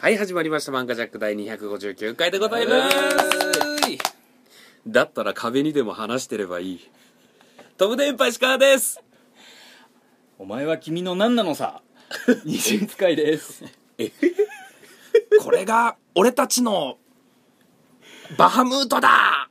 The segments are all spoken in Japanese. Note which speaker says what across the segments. Speaker 1: はい、始まりました。漫画ジャック第259回でございます。だったら壁にでも話してればいい。トム電波石川です。
Speaker 2: お前は君の何なの さ二進使いです
Speaker 3: これが俺たちのバハムートだ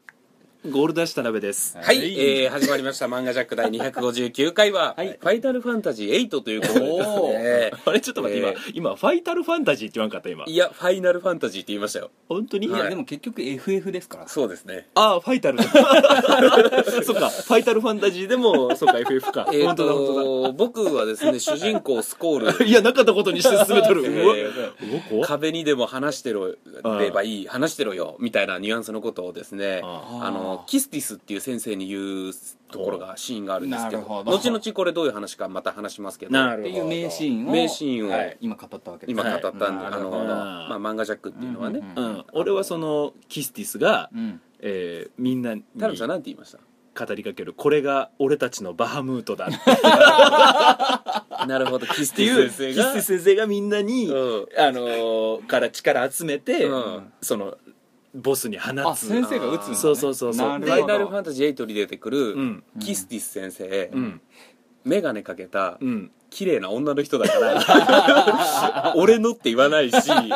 Speaker 3: ゴールダッシュ田辺です
Speaker 1: はい、
Speaker 2: はい
Speaker 1: えー、始まりました。漫画ジャック第259回は、
Speaker 2: はい
Speaker 1: ファイタルファンタジー8ということでですね。
Speaker 3: あれちょっと待って、
Speaker 1: えー
Speaker 3: 今今ファイタルファンタジーって言わんかった今
Speaker 1: いや、ファイナルファンタジーって言いましたよ。
Speaker 3: 本当に、
Speaker 2: い
Speaker 1: は
Speaker 2: や
Speaker 1: い
Speaker 2: でも結局 FF ですから
Speaker 1: そうですね。
Speaker 3: ああファイタル そっかファイタルファンタジーで もそっか FF か、
Speaker 1: えー
Speaker 3: 本当だ本
Speaker 1: と、僕はですね、主人公スコー
Speaker 3: 当だ
Speaker 1: ル、
Speaker 3: いやなかったことにして進めとる、
Speaker 1: え
Speaker 3: う
Speaker 1: ー
Speaker 3: わうわ怖っ
Speaker 1: 壁にでも話してろればいい、話してろよ、みたいなニュアンスのことをですね、
Speaker 3: あ
Speaker 1: あのキスティスっていう先生に言うところがシーンがあるんですけど
Speaker 2: なるほど
Speaker 1: 後々これどういう話かまた話しますけど
Speaker 3: なる
Speaker 2: っていう名シーンを
Speaker 1: 名シーンを
Speaker 2: はい今語ったわけです
Speaker 1: 今語ったんで、
Speaker 2: はい
Speaker 1: あ
Speaker 2: なる
Speaker 1: の
Speaker 2: ほど
Speaker 1: まあ、漫画ジャックっていうのはね、
Speaker 2: うんうん
Speaker 3: うん俺はそのキスティスが、
Speaker 2: うん
Speaker 3: えーみんなに
Speaker 1: 田辺さんなんて言いまし
Speaker 3: 語りかけるこれが俺たちのバハムートだ
Speaker 1: たなるほどキス
Speaker 3: って
Speaker 1: テ
Speaker 3: い
Speaker 1: ィ
Speaker 3: う
Speaker 1: ス先生
Speaker 3: 先生
Speaker 1: が
Speaker 3: が先生がみんなに、
Speaker 1: うん
Speaker 3: あのーから力集めて、
Speaker 1: うん
Speaker 3: そのボスに放
Speaker 2: あ
Speaker 3: つ
Speaker 2: 先生が打つんだね
Speaker 3: そうそうそうそう
Speaker 2: な
Speaker 1: フ
Speaker 2: る
Speaker 1: ァイ
Speaker 2: ほ
Speaker 1: ナル
Speaker 2: ど
Speaker 1: ファンタジー8に出てくる、
Speaker 3: うん
Speaker 1: キスティス先生、
Speaker 3: うん
Speaker 1: メガネかけた、
Speaker 3: うん
Speaker 1: 綺麗な女の人だから俺のって言わないし
Speaker 3: 本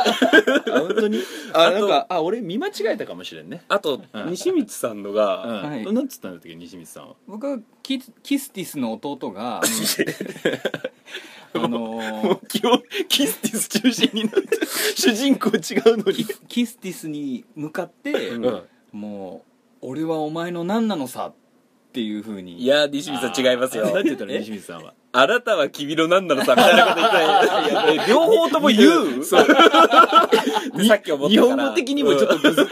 Speaker 3: 当 にあなんかあ俺見間違えたかもしれんね
Speaker 1: あと、
Speaker 3: うん
Speaker 1: 西光さんの
Speaker 3: う
Speaker 1: が、
Speaker 3: ん、
Speaker 2: はい
Speaker 3: なんつったんだっけ西光さんは
Speaker 2: 僕はキキスティスの弟があの
Speaker 3: も
Speaker 2: ー
Speaker 3: う基本キスティス中心にな って主人公違うのに
Speaker 2: キスティスに向かって
Speaker 1: うん
Speaker 2: もう俺はお前の何なのさっていうふうに
Speaker 1: いやー西光さん違いますよ
Speaker 3: 何て言ったの西光さんは
Speaker 1: あなたは君の何なのさみたいなこと言ったらいや両方とも言うそうでさっき思ったから
Speaker 3: 日本語的にもちょっとむずい、
Speaker 1: 意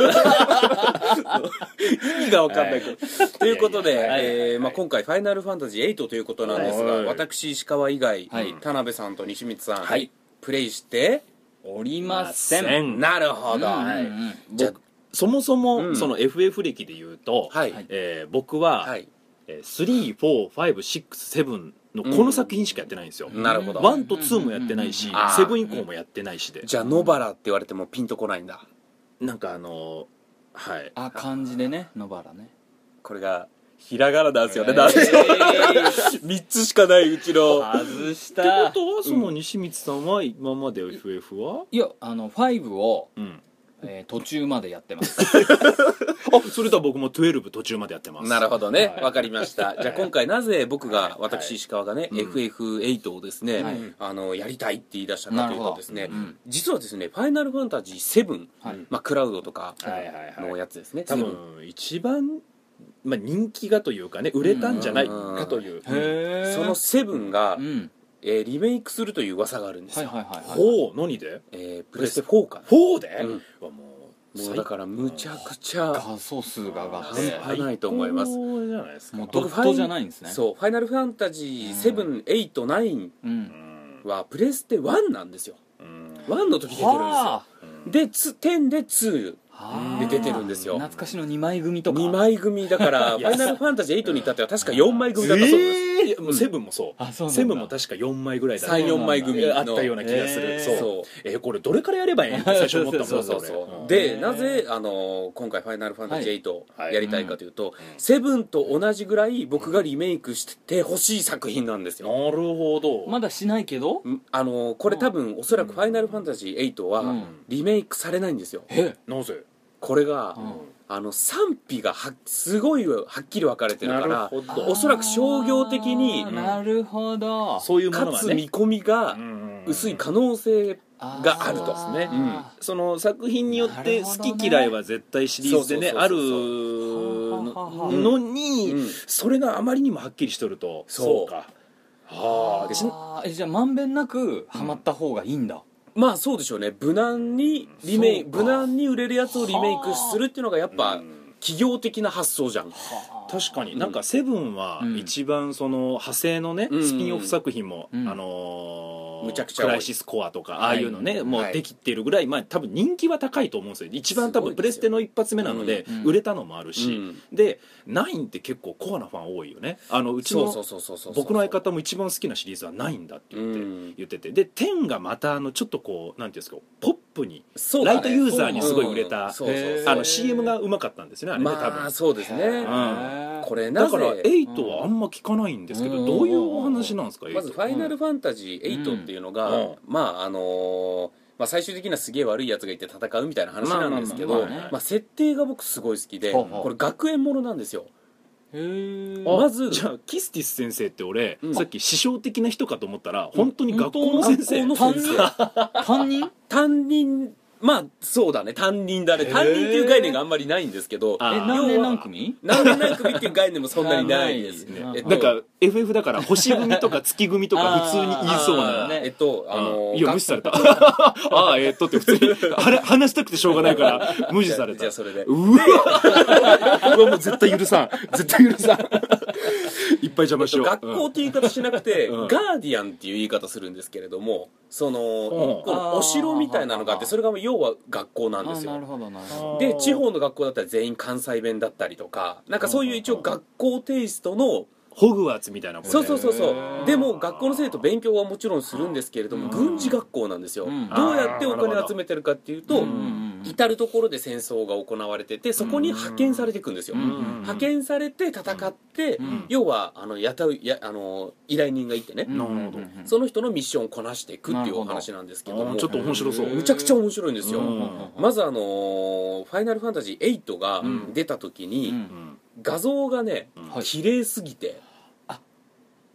Speaker 1: 味が分かんないけど、ということで
Speaker 2: いやいやはいはいはい
Speaker 1: えーまあ今回「ファイナルファンタジー8」ということなんですが、
Speaker 3: はい
Speaker 1: 私石川以外、
Speaker 2: はい
Speaker 1: 田辺さんと西光さん、
Speaker 2: はい
Speaker 1: プレイして
Speaker 2: おりません
Speaker 3: せん
Speaker 1: なるほど、
Speaker 2: うんうんうん
Speaker 1: じゃ
Speaker 3: そもそも、
Speaker 1: うん
Speaker 3: その FF 歴で言うと、
Speaker 1: はい
Speaker 2: はい
Speaker 3: えー僕は、
Speaker 1: はい
Speaker 3: えー、34567のこの作品しかやってないんですよ、
Speaker 1: なるほど
Speaker 3: ワンとツーもやってないし、
Speaker 2: うん
Speaker 1: うんうん
Speaker 3: セブン以降もやってないしで、
Speaker 1: じゃあ野原って言われてもピンとこないんだ
Speaker 3: なんかあのーはい
Speaker 2: あ漢字でね野原ね
Speaker 1: これがひらがななんですよね、
Speaker 2: えー
Speaker 1: なんで三つしかないうちの
Speaker 2: 外し
Speaker 3: って
Speaker 2: た
Speaker 3: ことはその西光さんは今まで FF はい
Speaker 2: やあの5を、
Speaker 3: うん、
Speaker 2: えー途中までやってます
Speaker 3: あそれとは僕も12途中までやってます
Speaker 1: なるほどね
Speaker 2: は
Speaker 1: わ、
Speaker 2: い
Speaker 1: かりま したじゃあ今回なぜ僕が、
Speaker 2: はい
Speaker 1: 私石川がね、
Speaker 3: うん
Speaker 1: FF8 をですね、
Speaker 2: はい
Speaker 1: あのやりたいって言い出したかというとですね、
Speaker 2: なるほどうん
Speaker 1: 実はですね「ファイナルファンタジー7」
Speaker 2: はい
Speaker 1: まあ、クラウドとか
Speaker 3: はいはいはい
Speaker 1: のやつですね、
Speaker 3: 多分一番、まあ、人気がというかね売れたんじゃないかという、
Speaker 2: へ
Speaker 1: その7が、
Speaker 2: うん
Speaker 1: えーリメイクするという噂があるんです
Speaker 2: はい
Speaker 1: よ、
Speaker 2: はいはいはい
Speaker 3: ほう何で
Speaker 1: えープレステ4か
Speaker 3: ?4 で、
Speaker 1: うん
Speaker 3: うわもう
Speaker 1: もうだからむちゃくちゃ
Speaker 2: 画素数が上がっ
Speaker 1: 半
Speaker 2: て
Speaker 1: 端ないと思います
Speaker 3: 最高じゃないですか
Speaker 2: もうド
Speaker 1: 僕
Speaker 2: ットじゃないんですね
Speaker 1: そう「ファイナルファンタジー789
Speaker 2: う、ん、
Speaker 1: はプレステ1なんですよ
Speaker 3: うん
Speaker 1: 1の時出てるんですよでつ10で2
Speaker 2: はあ
Speaker 1: で出てるんですよ
Speaker 2: 懐かしの2枚組とか
Speaker 1: 2枚組だから「
Speaker 3: い
Speaker 1: フ
Speaker 3: や
Speaker 1: ァイナルファンタジー8」に至っては確か4枚組だったそうです、
Speaker 3: ええもうセブンもそう
Speaker 2: あそうなんだ
Speaker 3: セブンも確か4枚ぐらいだった
Speaker 1: 34枚組の
Speaker 3: あったような気がする、
Speaker 2: えー
Speaker 3: そう
Speaker 1: そう
Speaker 3: えーこれどれからや ればいいんって最初思ったもん
Speaker 1: そうそうそう、
Speaker 3: 俺
Speaker 1: で
Speaker 2: うん
Speaker 1: なぜ、あのー今回「ファイナルファンタジー8」
Speaker 3: はい
Speaker 1: やりたいかというと、セブンと同じぐらい僕がリメイクしてほしい作品なんです
Speaker 3: うん
Speaker 1: よ、
Speaker 3: なるほど、
Speaker 2: まだしないけど
Speaker 1: んあのーこれ多分おそらく「ファイナルファンタジー8」
Speaker 2: う
Speaker 1: は
Speaker 2: ん
Speaker 1: リメイクされないんですよ、
Speaker 2: え
Speaker 3: なぜ
Speaker 1: これが、
Speaker 2: うん
Speaker 1: あの賛否がはすごいはっきり分かれてるか
Speaker 3: な
Speaker 1: ら
Speaker 3: るほど
Speaker 1: おそらく商業的に
Speaker 2: あーなるほど
Speaker 3: そういうも
Speaker 1: か
Speaker 3: のが
Speaker 1: つ見
Speaker 3: ね
Speaker 1: 込みが
Speaker 3: うん
Speaker 1: 薄い可能性があると
Speaker 2: ー
Speaker 3: そうですね
Speaker 1: うん
Speaker 3: その作品によっ
Speaker 2: なる
Speaker 3: て
Speaker 2: ほどね
Speaker 3: 好き嫌いは絶対シリーズでね
Speaker 1: そう
Speaker 3: ある
Speaker 1: そうそうそう
Speaker 2: はははは
Speaker 3: のに、
Speaker 1: うん
Speaker 3: それがあまりにもはっきりしとると
Speaker 1: そう
Speaker 3: か
Speaker 1: はあで
Speaker 2: あーえじゃあまんべんなくハマった方がいいんだ、
Speaker 1: まあそうでしょうね無難にリメイ
Speaker 2: そう
Speaker 1: ク
Speaker 2: か
Speaker 1: 無難に売れるやつをリメイクするっていうのがやっぱ
Speaker 3: うん
Speaker 1: 企業的な発想じゃん
Speaker 3: 確かになんか「セブンは
Speaker 2: うん
Speaker 3: 一番その派生のね、
Speaker 1: うん
Speaker 3: スピンオフ作品も、
Speaker 2: うん
Speaker 3: あのー
Speaker 1: むちゃくちゃ多い
Speaker 3: クライシスコアとかああいうのね、
Speaker 2: はい
Speaker 3: もうできてるぐらい、まあ、多分人気は高いと思うんですよ一番多
Speaker 1: すごいですよ
Speaker 3: 分プレステの一発目なので、
Speaker 2: うん
Speaker 3: 売れたのもある
Speaker 1: う
Speaker 3: し、
Speaker 1: ん
Speaker 3: で9って結構コアなファン多いよねあのうちの
Speaker 1: そうそうそうそうそう
Speaker 3: 僕の相方も一番好きなシリーズは9だって
Speaker 1: う
Speaker 3: 言って、
Speaker 1: ん
Speaker 3: 言っててで10がまたあのちょっとこうなんていうんですかポップに
Speaker 1: そうだね
Speaker 3: ライトユーザーにすごい売れた、
Speaker 1: うんそうそうそう
Speaker 2: へー
Speaker 3: あの CM がうまかったんですよねあれね、多
Speaker 1: まあ
Speaker 3: 分
Speaker 1: そうですね、
Speaker 2: うん
Speaker 1: これな
Speaker 3: だ
Speaker 1: ぜ
Speaker 3: から8はあんま聞かないんですけど、
Speaker 2: うん
Speaker 3: どういうお話なんですか、エイ
Speaker 1: まず「ファイナルファンタジー8」っていうのが、
Speaker 3: うん
Speaker 1: まああのーまあ、最終的にはすげえ悪いやつがいて戦うみたいな話なんですけ
Speaker 2: まあ
Speaker 1: ど
Speaker 2: まあまあまあね
Speaker 1: まあ設定が僕すごい好きで
Speaker 2: ほうほう
Speaker 1: これ学園ものなんですよ
Speaker 2: へえ
Speaker 3: あ
Speaker 1: まず
Speaker 3: じゃあキスティス先生って俺、
Speaker 1: うん
Speaker 3: さっき師匠的な人かと思ったら本当に学校の先生、
Speaker 1: 本当
Speaker 2: 担
Speaker 1: の先
Speaker 2: 任
Speaker 1: 生
Speaker 2: 担任
Speaker 1: 担任まあそうだね担任だね
Speaker 2: へー
Speaker 1: 担任っていう概念があんまりないんですけど
Speaker 3: あ
Speaker 2: え
Speaker 3: ー
Speaker 2: 何年何組
Speaker 1: 何年何組っていう概念もそんなにないです
Speaker 2: ない
Speaker 1: え
Speaker 2: ね
Speaker 1: っと
Speaker 3: なんか FF だから星 組とか月組とか普通に言いそう
Speaker 2: あー
Speaker 3: な、
Speaker 2: ね
Speaker 1: えっとあの
Speaker 3: うんいや無視された ああえーっとって普通にあれ話したくてしょうがないから無視され
Speaker 1: じゃ
Speaker 3: た
Speaker 1: あそれで
Speaker 3: うわうわもう絶対許さん絶対許さんいっぱい邪魔しよう、
Speaker 1: 学校っていう言い方しなくて、
Speaker 3: うん
Speaker 1: ガーディアンっていう言い方するんですけれどもその、こ
Speaker 2: あ
Speaker 1: の
Speaker 2: ー
Speaker 1: お城みたいなのがあってそれが要は学校なんです
Speaker 2: あなる
Speaker 1: よ
Speaker 2: ほどなる
Speaker 3: う
Speaker 2: ほ
Speaker 3: ん
Speaker 1: で地方の学校だったら全員関西弁だったりとかなんかそういう一応学校テイストの
Speaker 3: ホグワーツみたいなもんね
Speaker 1: そうそうそうそ
Speaker 2: へー
Speaker 1: うでも学校の生徒勉強はもちろんするんですけれども
Speaker 2: うん
Speaker 1: 軍事学校なんですよ
Speaker 2: うん
Speaker 1: どうやってお金を集めてるかっていう
Speaker 2: ど
Speaker 1: と
Speaker 2: うんうんうん
Speaker 1: 至る所で戦争が行われててそこに派遣されていくんですよ
Speaker 2: うんうん
Speaker 1: 派遣されて戦って
Speaker 2: うん
Speaker 1: 要はあの雇うやあの依頼人がいてね
Speaker 2: うんうんうん
Speaker 3: なるほど
Speaker 2: うん
Speaker 1: その人のミッションをこなしていくっていうお話なんですけど
Speaker 3: あ
Speaker 1: も
Speaker 3: ーちょっと面白そう
Speaker 1: むちゃくちゃ面白いんですよ、
Speaker 3: うん
Speaker 1: まずあのーファイナルファンタジー8」が
Speaker 2: うん
Speaker 1: 出た時
Speaker 2: う
Speaker 1: に
Speaker 2: ん
Speaker 1: 画像がね
Speaker 3: うん
Speaker 2: はい
Speaker 1: 綺麗すぎて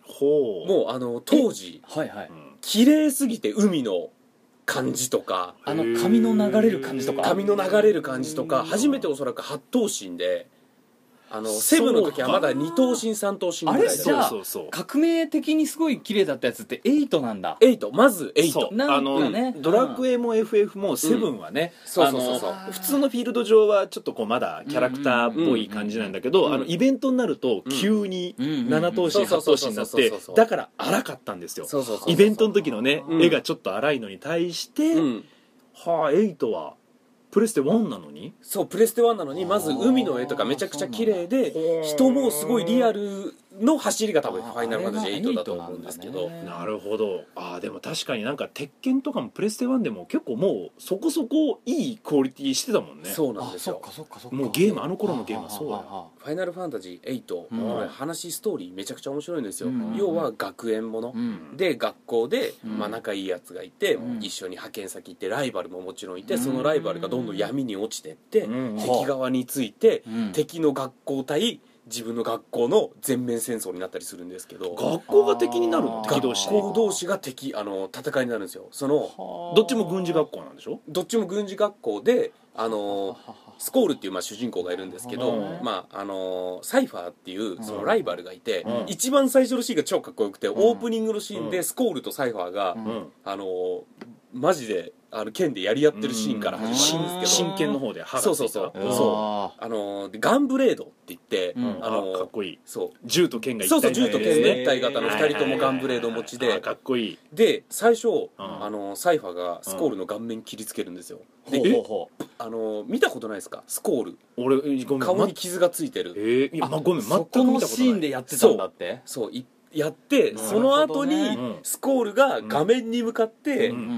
Speaker 3: ほう
Speaker 1: もうあの当時
Speaker 2: はいはい
Speaker 3: うん
Speaker 1: 綺麗すぎて海の感じとか
Speaker 2: あの髪の流れる感じとか
Speaker 1: 髪の流れる感じとか初めておそらく8頭身であのセブンの時はまだ2頭身3頭身ぐらい
Speaker 2: じ
Speaker 1: で
Speaker 2: ゃあ
Speaker 3: そうそうそう
Speaker 2: 革命的にすごい綺麗だったやつってエイトなんだ
Speaker 1: 8まず8
Speaker 3: そう
Speaker 2: なんか
Speaker 3: あの、
Speaker 2: ね
Speaker 3: ドラクエも FF もセブンはね、
Speaker 1: そう
Speaker 3: あの
Speaker 1: そうそう
Speaker 2: そう
Speaker 3: 普通のフィールド上はちょっとこうまだキャラクターっぽい感じなんだけど、
Speaker 1: うん
Speaker 3: あのイベントになると急に
Speaker 2: うん
Speaker 3: 7頭
Speaker 1: そう
Speaker 3: 身
Speaker 1: そう
Speaker 3: 8
Speaker 1: そう
Speaker 3: 頭
Speaker 1: そう
Speaker 3: 身になっ
Speaker 1: そう
Speaker 3: て
Speaker 1: そうそう
Speaker 3: だから荒かったんですよ
Speaker 1: そうそうそうそう
Speaker 3: イベントの時のね
Speaker 2: うん
Speaker 3: 絵がちょっと荒いのに対して、
Speaker 1: うん
Speaker 3: はあ8はプレステ1なのに
Speaker 1: そうプレステ1なのにまず海の絵とかめちゃくちゃ綺麗で人もすごいリアルの走りが多分ファイナルファンタジー8だと思うんですけど
Speaker 3: なるほどあーでも確かになんか鉄拳とかもプレステ1でも結構もうそこそこいいクオリティしてたもんね
Speaker 1: そうなん
Speaker 2: あ
Speaker 1: です
Speaker 2: そっ
Speaker 1: よ
Speaker 2: かそっかそっか
Speaker 3: もうゲームあの頃のゲームはそうだよ
Speaker 2: よ
Speaker 1: ファイナルファンタジー8、
Speaker 2: うん
Speaker 1: これ話ストーリーめちゃくちゃ面白いんですよ、
Speaker 2: うん
Speaker 1: 要は学園もの、
Speaker 2: うん
Speaker 1: で学校で、
Speaker 2: うん
Speaker 1: まあ、仲いいやつがいて、
Speaker 2: うん
Speaker 1: 一緒に派遣先行ってライバルももちろんいて、
Speaker 2: うん
Speaker 1: そのライバルがどんどん闇に落ちてって、
Speaker 3: うん
Speaker 1: 敵側について、
Speaker 2: うん
Speaker 1: 敵の学校対自分の学校の全面戦争になったりするんですけど
Speaker 3: 学校が敵になる
Speaker 2: あ
Speaker 3: の
Speaker 2: ー
Speaker 3: 敵
Speaker 1: 学
Speaker 3: 同士で
Speaker 1: 校同士が敵あの戦いになるんですよその
Speaker 3: どっちも軍事学校なんでしょ
Speaker 1: どっちも軍事学校であの
Speaker 2: ははは
Speaker 1: スコールっていうまあ主人公がいるんですけど、
Speaker 2: うん
Speaker 1: まああのーサイファーっていうそのライバルがいて、
Speaker 3: うん
Speaker 1: 一番最初のシーンが超かっこよくて、
Speaker 2: ん
Speaker 1: オープニングのシーン
Speaker 3: う
Speaker 1: で
Speaker 3: ん
Speaker 1: スコールとサイファーが、
Speaker 2: うん
Speaker 3: うん
Speaker 1: あのーマジであの剣でやり合ってるシーンから始まるんですけど、
Speaker 3: 真剣の方で歯がついた
Speaker 1: そうそうそう
Speaker 3: うん
Speaker 1: そう
Speaker 2: あ
Speaker 1: あのーでガンブレードって言って、
Speaker 2: うん
Speaker 1: あ
Speaker 3: あ
Speaker 1: のー
Speaker 3: のかっこいい
Speaker 1: そ
Speaker 3: 銃と剣
Speaker 1: う
Speaker 3: が一
Speaker 1: そう
Speaker 3: 体
Speaker 1: そう
Speaker 3: に
Speaker 1: 銃
Speaker 3: なる
Speaker 1: と
Speaker 3: やつ
Speaker 1: 剣
Speaker 3: ね
Speaker 1: の一体型の
Speaker 2: えー
Speaker 1: 2人ともガンブレード持ち
Speaker 3: あ
Speaker 1: で
Speaker 3: かっこいい
Speaker 1: で最初、
Speaker 3: うん
Speaker 1: あのーサイファーがスコールの顔面切りつけるんですよ、
Speaker 2: ー
Speaker 1: で
Speaker 2: ほうほうほう
Speaker 1: あのー見たことないですかスコール
Speaker 3: 俺えごめん
Speaker 1: 顔
Speaker 3: ま
Speaker 1: に傷がついてる
Speaker 3: えーいやまごめん全く見
Speaker 2: そ
Speaker 3: たこと
Speaker 2: こ
Speaker 3: ない
Speaker 2: のシーンでやってたんだって
Speaker 1: そういやって、
Speaker 3: るほどね
Speaker 1: その後に、
Speaker 3: うん
Speaker 1: スコールが画面に向かって、
Speaker 3: うん
Speaker 2: うんうんう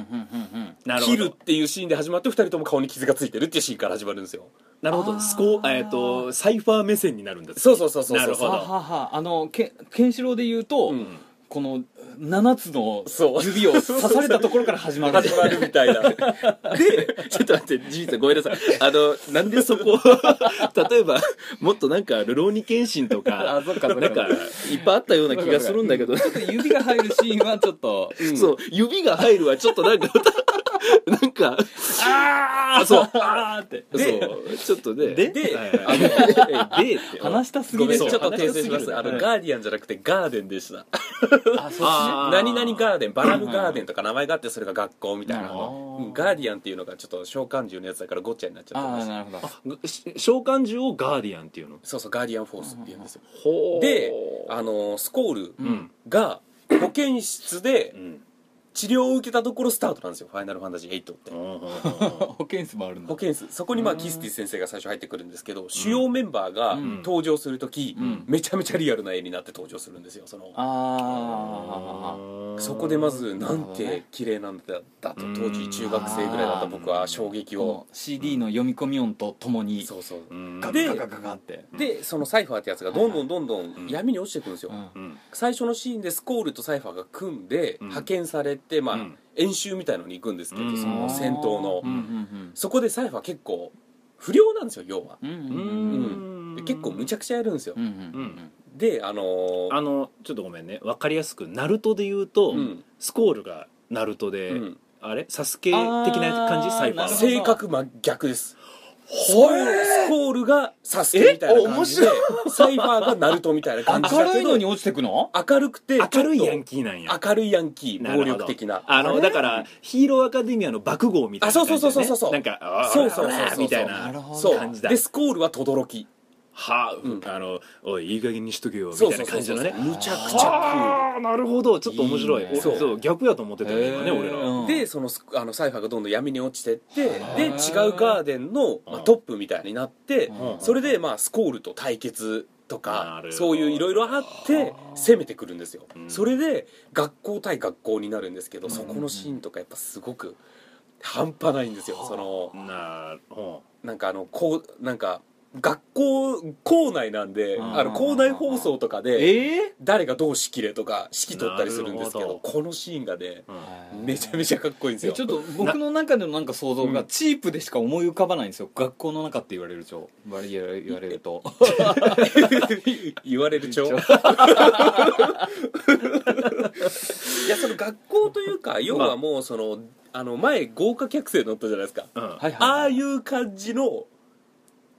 Speaker 2: ん
Speaker 3: なるほ
Speaker 1: 切る
Speaker 3: ど
Speaker 1: っていうシーンで始まって2人とも顔に傷がついてるっていうシーンから始まるんですよ
Speaker 3: なるほ
Speaker 2: あー
Speaker 3: どスコえっとサイファー目線になるんだ
Speaker 1: そうそうそうそうそう
Speaker 3: なる
Speaker 2: うん
Speaker 3: ほ
Speaker 2: は
Speaker 3: ど
Speaker 2: ははあのけケンシロウで言うと、
Speaker 1: うん
Speaker 2: この7つの
Speaker 1: そう
Speaker 2: 指を刺されたところから始まる
Speaker 1: 始まるみたいなで
Speaker 3: ちょっと待ってじいさんごめんなさいあのなんでそこ例えばもっとなんか「ルローニケンシン」と
Speaker 2: あそっかそっか
Speaker 3: いっぱいあったようど
Speaker 2: ちょっと指が入るシーンはちょっ と、うん
Speaker 3: そう指が入るはちょっとなんか なんか
Speaker 2: ああ
Speaker 3: そう
Speaker 2: あーって
Speaker 1: で
Speaker 3: そうちょっとね
Speaker 2: で
Speaker 1: で
Speaker 3: はい
Speaker 1: あ
Speaker 3: はい
Speaker 1: の
Speaker 3: でって
Speaker 2: 話したす
Speaker 1: ご
Speaker 2: ぎ
Speaker 1: め
Speaker 2: で
Speaker 1: ん
Speaker 2: し
Speaker 1: ちょ
Speaker 2: ょ
Speaker 1: っと訂正します
Speaker 3: そう
Speaker 1: あの、
Speaker 2: うん
Speaker 1: ガーディアンじゃなくてガーデンでした
Speaker 2: あそっち
Speaker 3: あー
Speaker 1: 何々ガーデンバラムガーデンとか名前があってそれが学校みたいな
Speaker 2: なるほど
Speaker 1: うんガーディアンっていうのがちょっと召喚獣のやつだからごっちゃになっちゃって
Speaker 2: あ
Speaker 1: ま
Speaker 2: あ
Speaker 1: した
Speaker 2: なるほど
Speaker 3: し召喚獣をガーディアンっていうの
Speaker 1: そうそうガーディアンフォースっていうんですよ
Speaker 3: ほ
Speaker 1: であのスコール
Speaker 3: うん
Speaker 1: が保健室で
Speaker 3: うん
Speaker 1: 治療を受けたところスタートなんですよ「ファイナルファンタジー8」って
Speaker 2: 保健室もあるんだ
Speaker 1: 保健室そこにまあキスティス先生が最初入ってくるんですけど主要メンバーが登場する時、
Speaker 2: ん
Speaker 1: めちゃめちゃリアルな絵になって登場するんですよその
Speaker 2: あ ー
Speaker 1: そこでまず
Speaker 2: な
Speaker 1: な
Speaker 2: るほ
Speaker 1: ん
Speaker 2: どね
Speaker 1: て綺麗なんだだと当時中学生ぐらいだった僕は衝撃を
Speaker 2: こう CD の読み込み音とともに
Speaker 1: そうそう
Speaker 2: ガ
Speaker 1: で
Speaker 2: ガガガガって
Speaker 1: でそのサイファーってやつがどんどんどんどん闇に落ちてくるんですよ、
Speaker 2: うん
Speaker 1: 最初のシーンでスコールとサイファーが組んで
Speaker 3: うん
Speaker 1: 派遣されて、まあ
Speaker 3: うん
Speaker 1: 演習みたいのに行くんですけど、
Speaker 3: うん
Speaker 1: その戦闘の、
Speaker 2: うんうん
Speaker 1: そこでサイファー結構不良なんですよ要は、
Speaker 2: うんうん
Speaker 1: で結構むちゃくちゃやるんですよ、
Speaker 2: うんうん
Speaker 3: うん
Speaker 1: であのー
Speaker 3: あのちょっとごめんね分かりやすくナルトで言うと、
Speaker 1: うん
Speaker 3: スコールがナルトで、
Speaker 1: うん
Speaker 3: あれサスケ的な感じ
Speaker 2: あー
Speaker 3: サイファ
Speaker 2: なるほど
Speaker 3: ー
Speaker 1: 性格真逆ですスコールスコールがサスケみたいな感じで
Speaker 3: え面
Speaker 1: サイファーがナルトみたいな感じ
Speaker 2: 明
Speaker 1: だけ
Speaker 2: るいの
Speaker 1: ど
Speaker 2: に落ちてくの
Speaker 1: 明るくてちょっと
Speaker 3: 明るいヤンキーなんや
Speaker 1: 明るいヤンキー
Speaker 3: な
Speaker 1: 暴
Speaker 3: るほど
Speaker 1: 力的な
Speaker 3: あの
Speaker 1: れ
Speaker 3: だからヒーローアカデミアの爆豪みたいな感じだよね
Speaker 1: あそうそうそうそうそう
Speaker 3: なんかあー
Speaker 1: そうそうそうそう
Speaker 3: あーみたいな
Speaker 2: なるほど
Speaker 1: そう
Speaker 3: 感じだ
Speaker 1: でスコールは轟
Speaker 3: はあ、
Speaker 1: うん
Speaker 3: あのおいいい加減にしとけよみ
Speaker 1: そう
Speaker 3: たい
Speaker 1: そ
Speaker 3: な
Speaker 1: うそう
Speaker 3: 感じ
Speaker 1: そう
Speaker 3: のね
Speaker 1: むちゃくちゃ
Speaker 3: はあなるほどちょっと面白い
Speaker 2: いいね
Speaker 3: おそう
Speaker 1: そう
Speaker 3: 逆やと思ってたよね今ね
Speaker 2: へー
Speaker 3: 俺ら
Speaker 1: クールでそのスあのサイファーがどんどん闇に落ちてってで
Speaker 2: ー
Speaker 1: 違うガーデンの、まあ、トップみたいになって
Speaker 2: うん
Speaker 1: それでまあスコールと対決と
Speaker 3: な
Speaker 1: か
Speaker 3: るほど
Speaker 1: そういういろいろあって攻めてくるんですよ
Speaker 3: うん
Speaker 1: それで学校対学校になるんですけどそこのシーンとかやっぱすごく半端ないんですよその
Speaker 3: なるほ
Speaker 1: なんかあのこうなんか学校校内なんで
Speaker 2: うん
Speaker 1: あの校内放送とかで
Speaker 2: え
Speaker 1: 誰がどう仕切れとか指揮取ったりするんですけ
Speaker 3: なる
Speaker 1: ど
Speaker 3: ほど
Speaker 1: このシーンがね
Speaker 3: ど、うん
Speaker 1: めちゃめちゃかっこいいんです
Speaker 2: え
Speaker 1: よ
Speaker 2: ちょっと僕の中でのなんか想像がチープでしか思い浮かばないんですよ学校の中って言われると言われると
Speaker 1: 言われる 調いやその学校というか要はもうそのあの前豪華客船乗ったじゃないですか
Speaker 3: うん
Speaker 2: はいはい
Speaker 1: ああいう感じの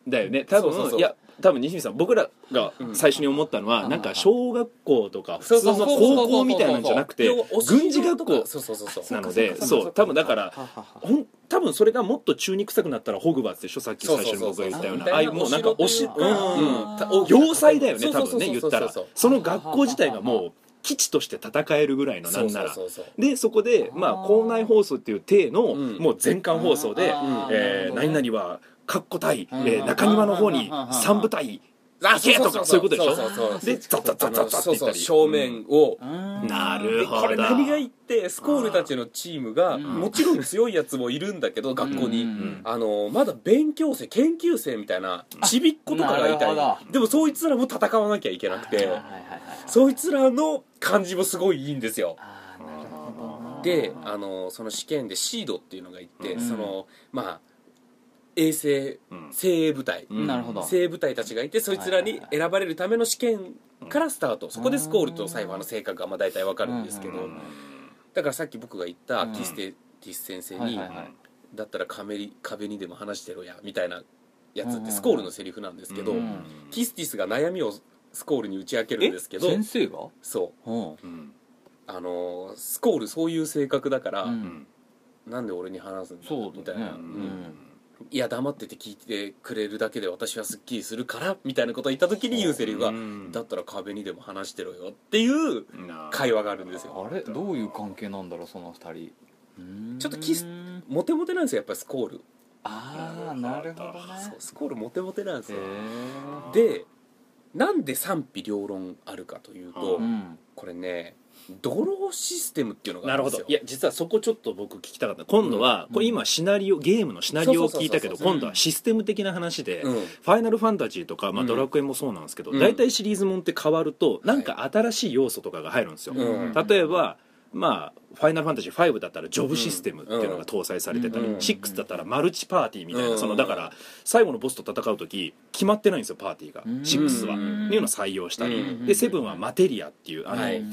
Speaker 3: だよね多分
Speaker 1: そうそうそう
Speaker 3: いや多分西見さん僕らが
Speaker 1: ん
Speaker 3: 最初に思ったのは、
Speaker 2: うん
Speaker 3: なんか小学校とか普
Speaker 1: そう
Speaker 3: 通
Speaker 1: そ
Speaker 3: の
Speaker 1: うそう
Speaker 3: 高校みたいなんじゃなくて
Speaker 1: 要はお城
Speaker 3: 軍事学
Speaker 1: と
Speaker 3: 校
Speaker 1: かそうそうそうそう
Speaker 3: なの
Speaker 2: そう
Speaker 3: で
Speaker 2: かそうかそう
Speaker 3: そう
Speaker 2: か
Speaker 3: 多分だから
Speaker 2: ははは
Speaker 3: ほん多分それがもっと中肉臭くなったらホグワーツでしょさっき
Speaker 1: そう
Speaker 3: 最
Speaker 1: そう
Speaker 3: 初に
Speaker 1: そうそう
Speaker 3: 僕が言ったよう
Speaker 1: み
Speaker 3: なあ
Speaker 1: た
Speaker 3: あ
Speaker 1: い
Speaker 3: いう
Speaker 1: な
Speaker 3: もうなんか
Speaker 1: お
Speaker 3: お
Speaker 1: 城と
Speaker 3: しう
Speaker 1: いうん
Speaker 3: ん
Speaker 1: か
Speaker 2: うん
Speaker 3: 要塞だよね
Speaker 1: そう
Speaker 3: 多
Speaker 1: そうそ
Speaker 3: 分
Speaker 1: う
Speaker 3: ね言
Speaker 1: そう
Speaker 3: ったら
Speaker 1: そうそう
Speaker 3: その学校自体がもう基地として戦えるぐらいのなんなら
Speaker 1: そうそうそうそう
Speaker 3: でそこでまあ
Speaker 2: あー
Speaker 3: 校内放送っていう体の
Speaker 1: うん
Speaker 3: もう全館放送で
Speaker 2: あー
Speaker 3: えー
Speaker 2: なるほどね
Speaker 3: 何々は括弧対え
Speaker 2: うん
Speaker 3: ー中庭の方に
Speaker 2: うん
Speaker 3: 三部隊
Speaker 1: あ
Speaker 3: 行けとかそういうことでしょ
Speaker 1: そうそうそう
Speaker 3: でザッザッザッザッザッっ
Speaker 1: そ
Speaker 3: て言
Speaker 1: う
Speaker 3: った
Speaker 1: そう
Speaker 3: り
Speaker 1: 正面を
Speaker 2: うん
Speaker 3: な
Speaker 1: で
Speaker 3: るほど
Speaker 1: これ何がいいってスコールたちのチームが
Speaker 2: うん
Speaker 1: もちろん強いやつもいるんだけど学校
Speaker 2: う
Speaker 1: に
Speaker 2: ん
Speaker 1: あのまだ勉強生研究生みたいなちびっ子とかがい
Speaker 2: なる
Speaker 1: た
Speaker 2: ほ
Speaker 1: りでもそいつらも戦わなきゃいけなくて
Speaker 2: はいはいはいはい
Speaker 1: そいつらの感じもすごいいいんですよ
Speaker 2: あーなるほどな
Speaker 1: であのその試験でシードっていうのがいて
Speaker 3: うん
Speaker 1: そのまあ衛星
Speaker 3: うん
Speaker 1: 精鋭部隊
Speaker 3: うん
Speaker 2: なるほど
Speaker 1: 精鋭部隊たちがいてそいつらに選ばれるための試験からスタートそこでスコールとサイファーの性格がまあ大体わかるんですけど
Speaker 3: うん
Speaker 1: だからさっき僕が言った
Speaker 2: うん
Speaker 1: ティステティス先生に、
Speaker 2: はいはいはい
Speaker 1: だったら壁に壁にでも話してろやみたいなやつ
Speaker 2: う
Speaker 1: っ
Speaker 2: んうんう
Speaker 1: て
Speaker 2: ん
Speaker 1: スコールのセリフなんですけど、
Speaker 3: う
Speaker 2: うんん
Speaker 1: キスティスが悩みをスコールに打ち明けるんですけど
Speaker 2: 先生が
Speaker 1: そう
Speaker 2: うん
Speaker 3: うん
Speaker 1: あのースコールそういう性格だから、
Speaker 2: うん
Speaker 1: なんで俺に話すんだ
Speaker 2: そう
Speaker 1: み
Speaker 2: だ
Speaker 1: たい
Speaker 2: よ
Speaker 1: な、
Speaker 2: ねうん
Speaker 1: いや黙ってて聞いてくれるだけで私はすっきりするからみたいなことを言った時に言うセリフが、
Speaker 3: うん
Speaker 1: だったら壁にでも話してろよっていう
Speaker 3: な
Speaker 1: 会話があるんですよ
Speaker 2: あれどういう関係なんだろうその二人うーん
Speaker 1: ちょっとキスモテモテなんですよやっぱりスコール、
Speaker 2: ああなるほどね
Speaker 1: そうスコールモテモテなんです
Speaker 2: へ
Speaker 1: よ、
Speaker 2: ー
Speaker 1: でなんで賛否両論あるかというと、
Speaker 3: う
Speaker 2: うん
Speaker 1: これねドローシステムっていうのがあ
Speaker 3: なる
Speaker 1: ん
Speaker 3: ほ
Speaker 1: です
Speaker 3: ど
Speaker 1: よ
Speaker 3: いや実はそこちょっと僕聞きたかった今度は、
Speaker 2: うん
Speaker 3: これ今シナリオゲームのシナリオを聞いたけ
Speaker 1: そうそう
Speaker 3: ど
Speaker 1: そうそう
Speaker 3: 今度はシステム的な話で、
Speaker 1: うん
Speaker 3: ファイナルファンタジーとか、ま
Speaker 1: う
Speaker 3: あ、
Speaker 1: ん
Speaker 3: ドラクエもそうなんですけど
Speaker 1: うん
Speaker 3: 大体、シリーズもんって変わるとなんか新しい要素とかが入るんですよ、
Speaker 1: うん
Speaker 3: 例えばまあ「ファイナルファンタジー5」だったらジョブシステムっていうのが搭載されてたり、
Speaker 1: うん
Speaker 3: 6だったらマルチパーティーみたいな、
Speaker 1: うん
Speaker 3: そのだから最後のボスと戦う時決まってないんですよパーティーが、
Speaker 2: うん
Speaker 3: 6は、
Speaker 1: うん
Speaker 3: っていうのを採用したり、
Speaker 1: うん
Speaker 3: で7はマテリアっていうあの、
Speaker 1: はい